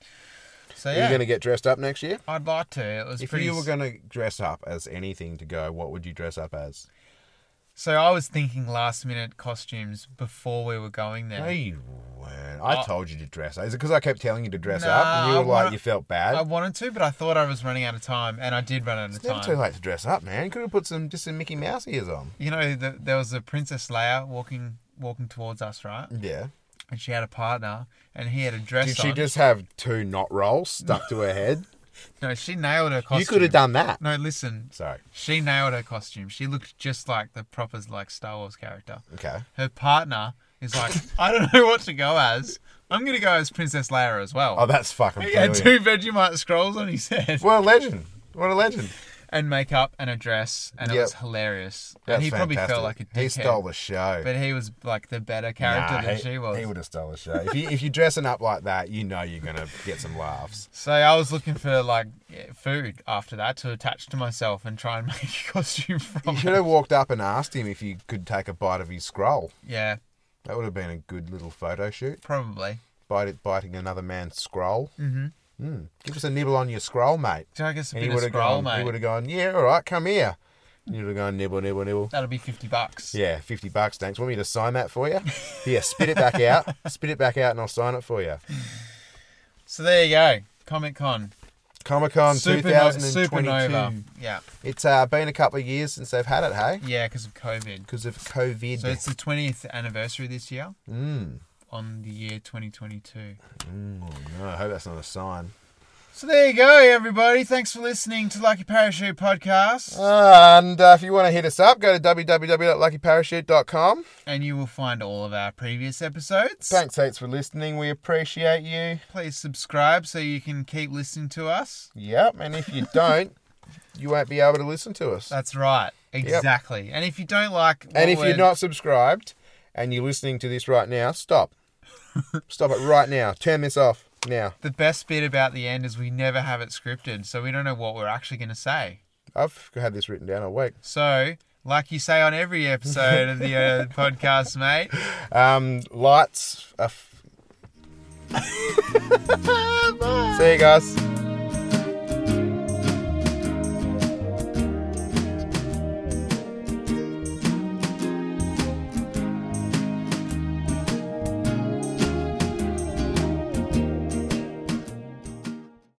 so Are you yeah, going to get dressed up next year? I'd like to. It was If pretty. you were s- going to dress up as anything to go, what would you dress up as? so I was thinking last minute costumes before we were going there. No, you weren't. I I- told you to dress up. Is it because I kept telling you to dress Nah, up and you I were like, wanna- you felt I bad? wanted to, but I thought I was running out of time, and I did run out of It's time. never too late to dress up, man. You could have put some just some Mickey Mouse ears on. You know, the, there was a Princess Leia walking walking towards us, right? Yeah. And she had a partner, and he had a dress Mm. Did she on. just have two knot rolls stuck to her head? No, she nailed her costume. You could have done that. No, listen. Sorry. She nailed her costume. She looked just like the proper like Star Wars character. Okay. Her partner is like, I don't know what to go as. I'm gonna go as Princess Leia as well. Oh, that's fucking He had brilliant. two Vegemite scrolls on his head, What a legend. What a legend. and makeup, and a dress, and it Yep. was hilarious. That's and he probably felt fantastic. like a dickhead. He stole the show. but he was like the better character Nah, than he, she was. He would have stole the show. if, you, if you're dressing up like that, you know you're going to get some laughs. So I was looking for like yeah, food after that to attach to myself and try and make a costume from. You it. should have walked up and asked him if you could take a bite of his scroll. Yeah, That would have been a good little photo shoot. probably. Bite it, biting another man's scroll. Mm-hmm. Give us a nibble on your scroll, mate. Do I guess a And he bit of would have scroll, gone. He mate? would have gone. Yeah, all right, come here. And you'd have gone nibble, nibble, nibble. That'll be fifty bucks. Yeah, fifty bucks, thanks. Want me to sign that for you? Yeah, spit it back out. Spit it back out, and I'll sign it for you. So there you go, Comic Con, Comic Con Supernova, 2022. Supernova. Yeah, It's uh, been a couple of years since they've had it, hey, yeah, because of COVID. because of COVID. So it's the twentieth anniversary this year mm. on the year twenty twenty two. No, Oh, I hope that's not a sign. So there you go, everybody. Thanks for listening to Lucky Parachute Podcast, And uh, if you want to hit us up, go to www.luckyparachute.com. and you will find all of our previous episodes. Thanks, Hates, for listening. We appreciate you. Please subscribe so you can keep listening to us. Yep, and if you don't, you won't be able to listen to us. That's right. Exactly. And if you don't like, what and if you're we're- not subscribed and you're listening to this right now, stop. stop it right now. Turn this off now. the best bit about the end is we never have it scripted, so we don't know what we're actually going to say. I've had this written down all week. So, like you say on every episode of the uh, podcast, mate. Um, lights. Are f- See you guys.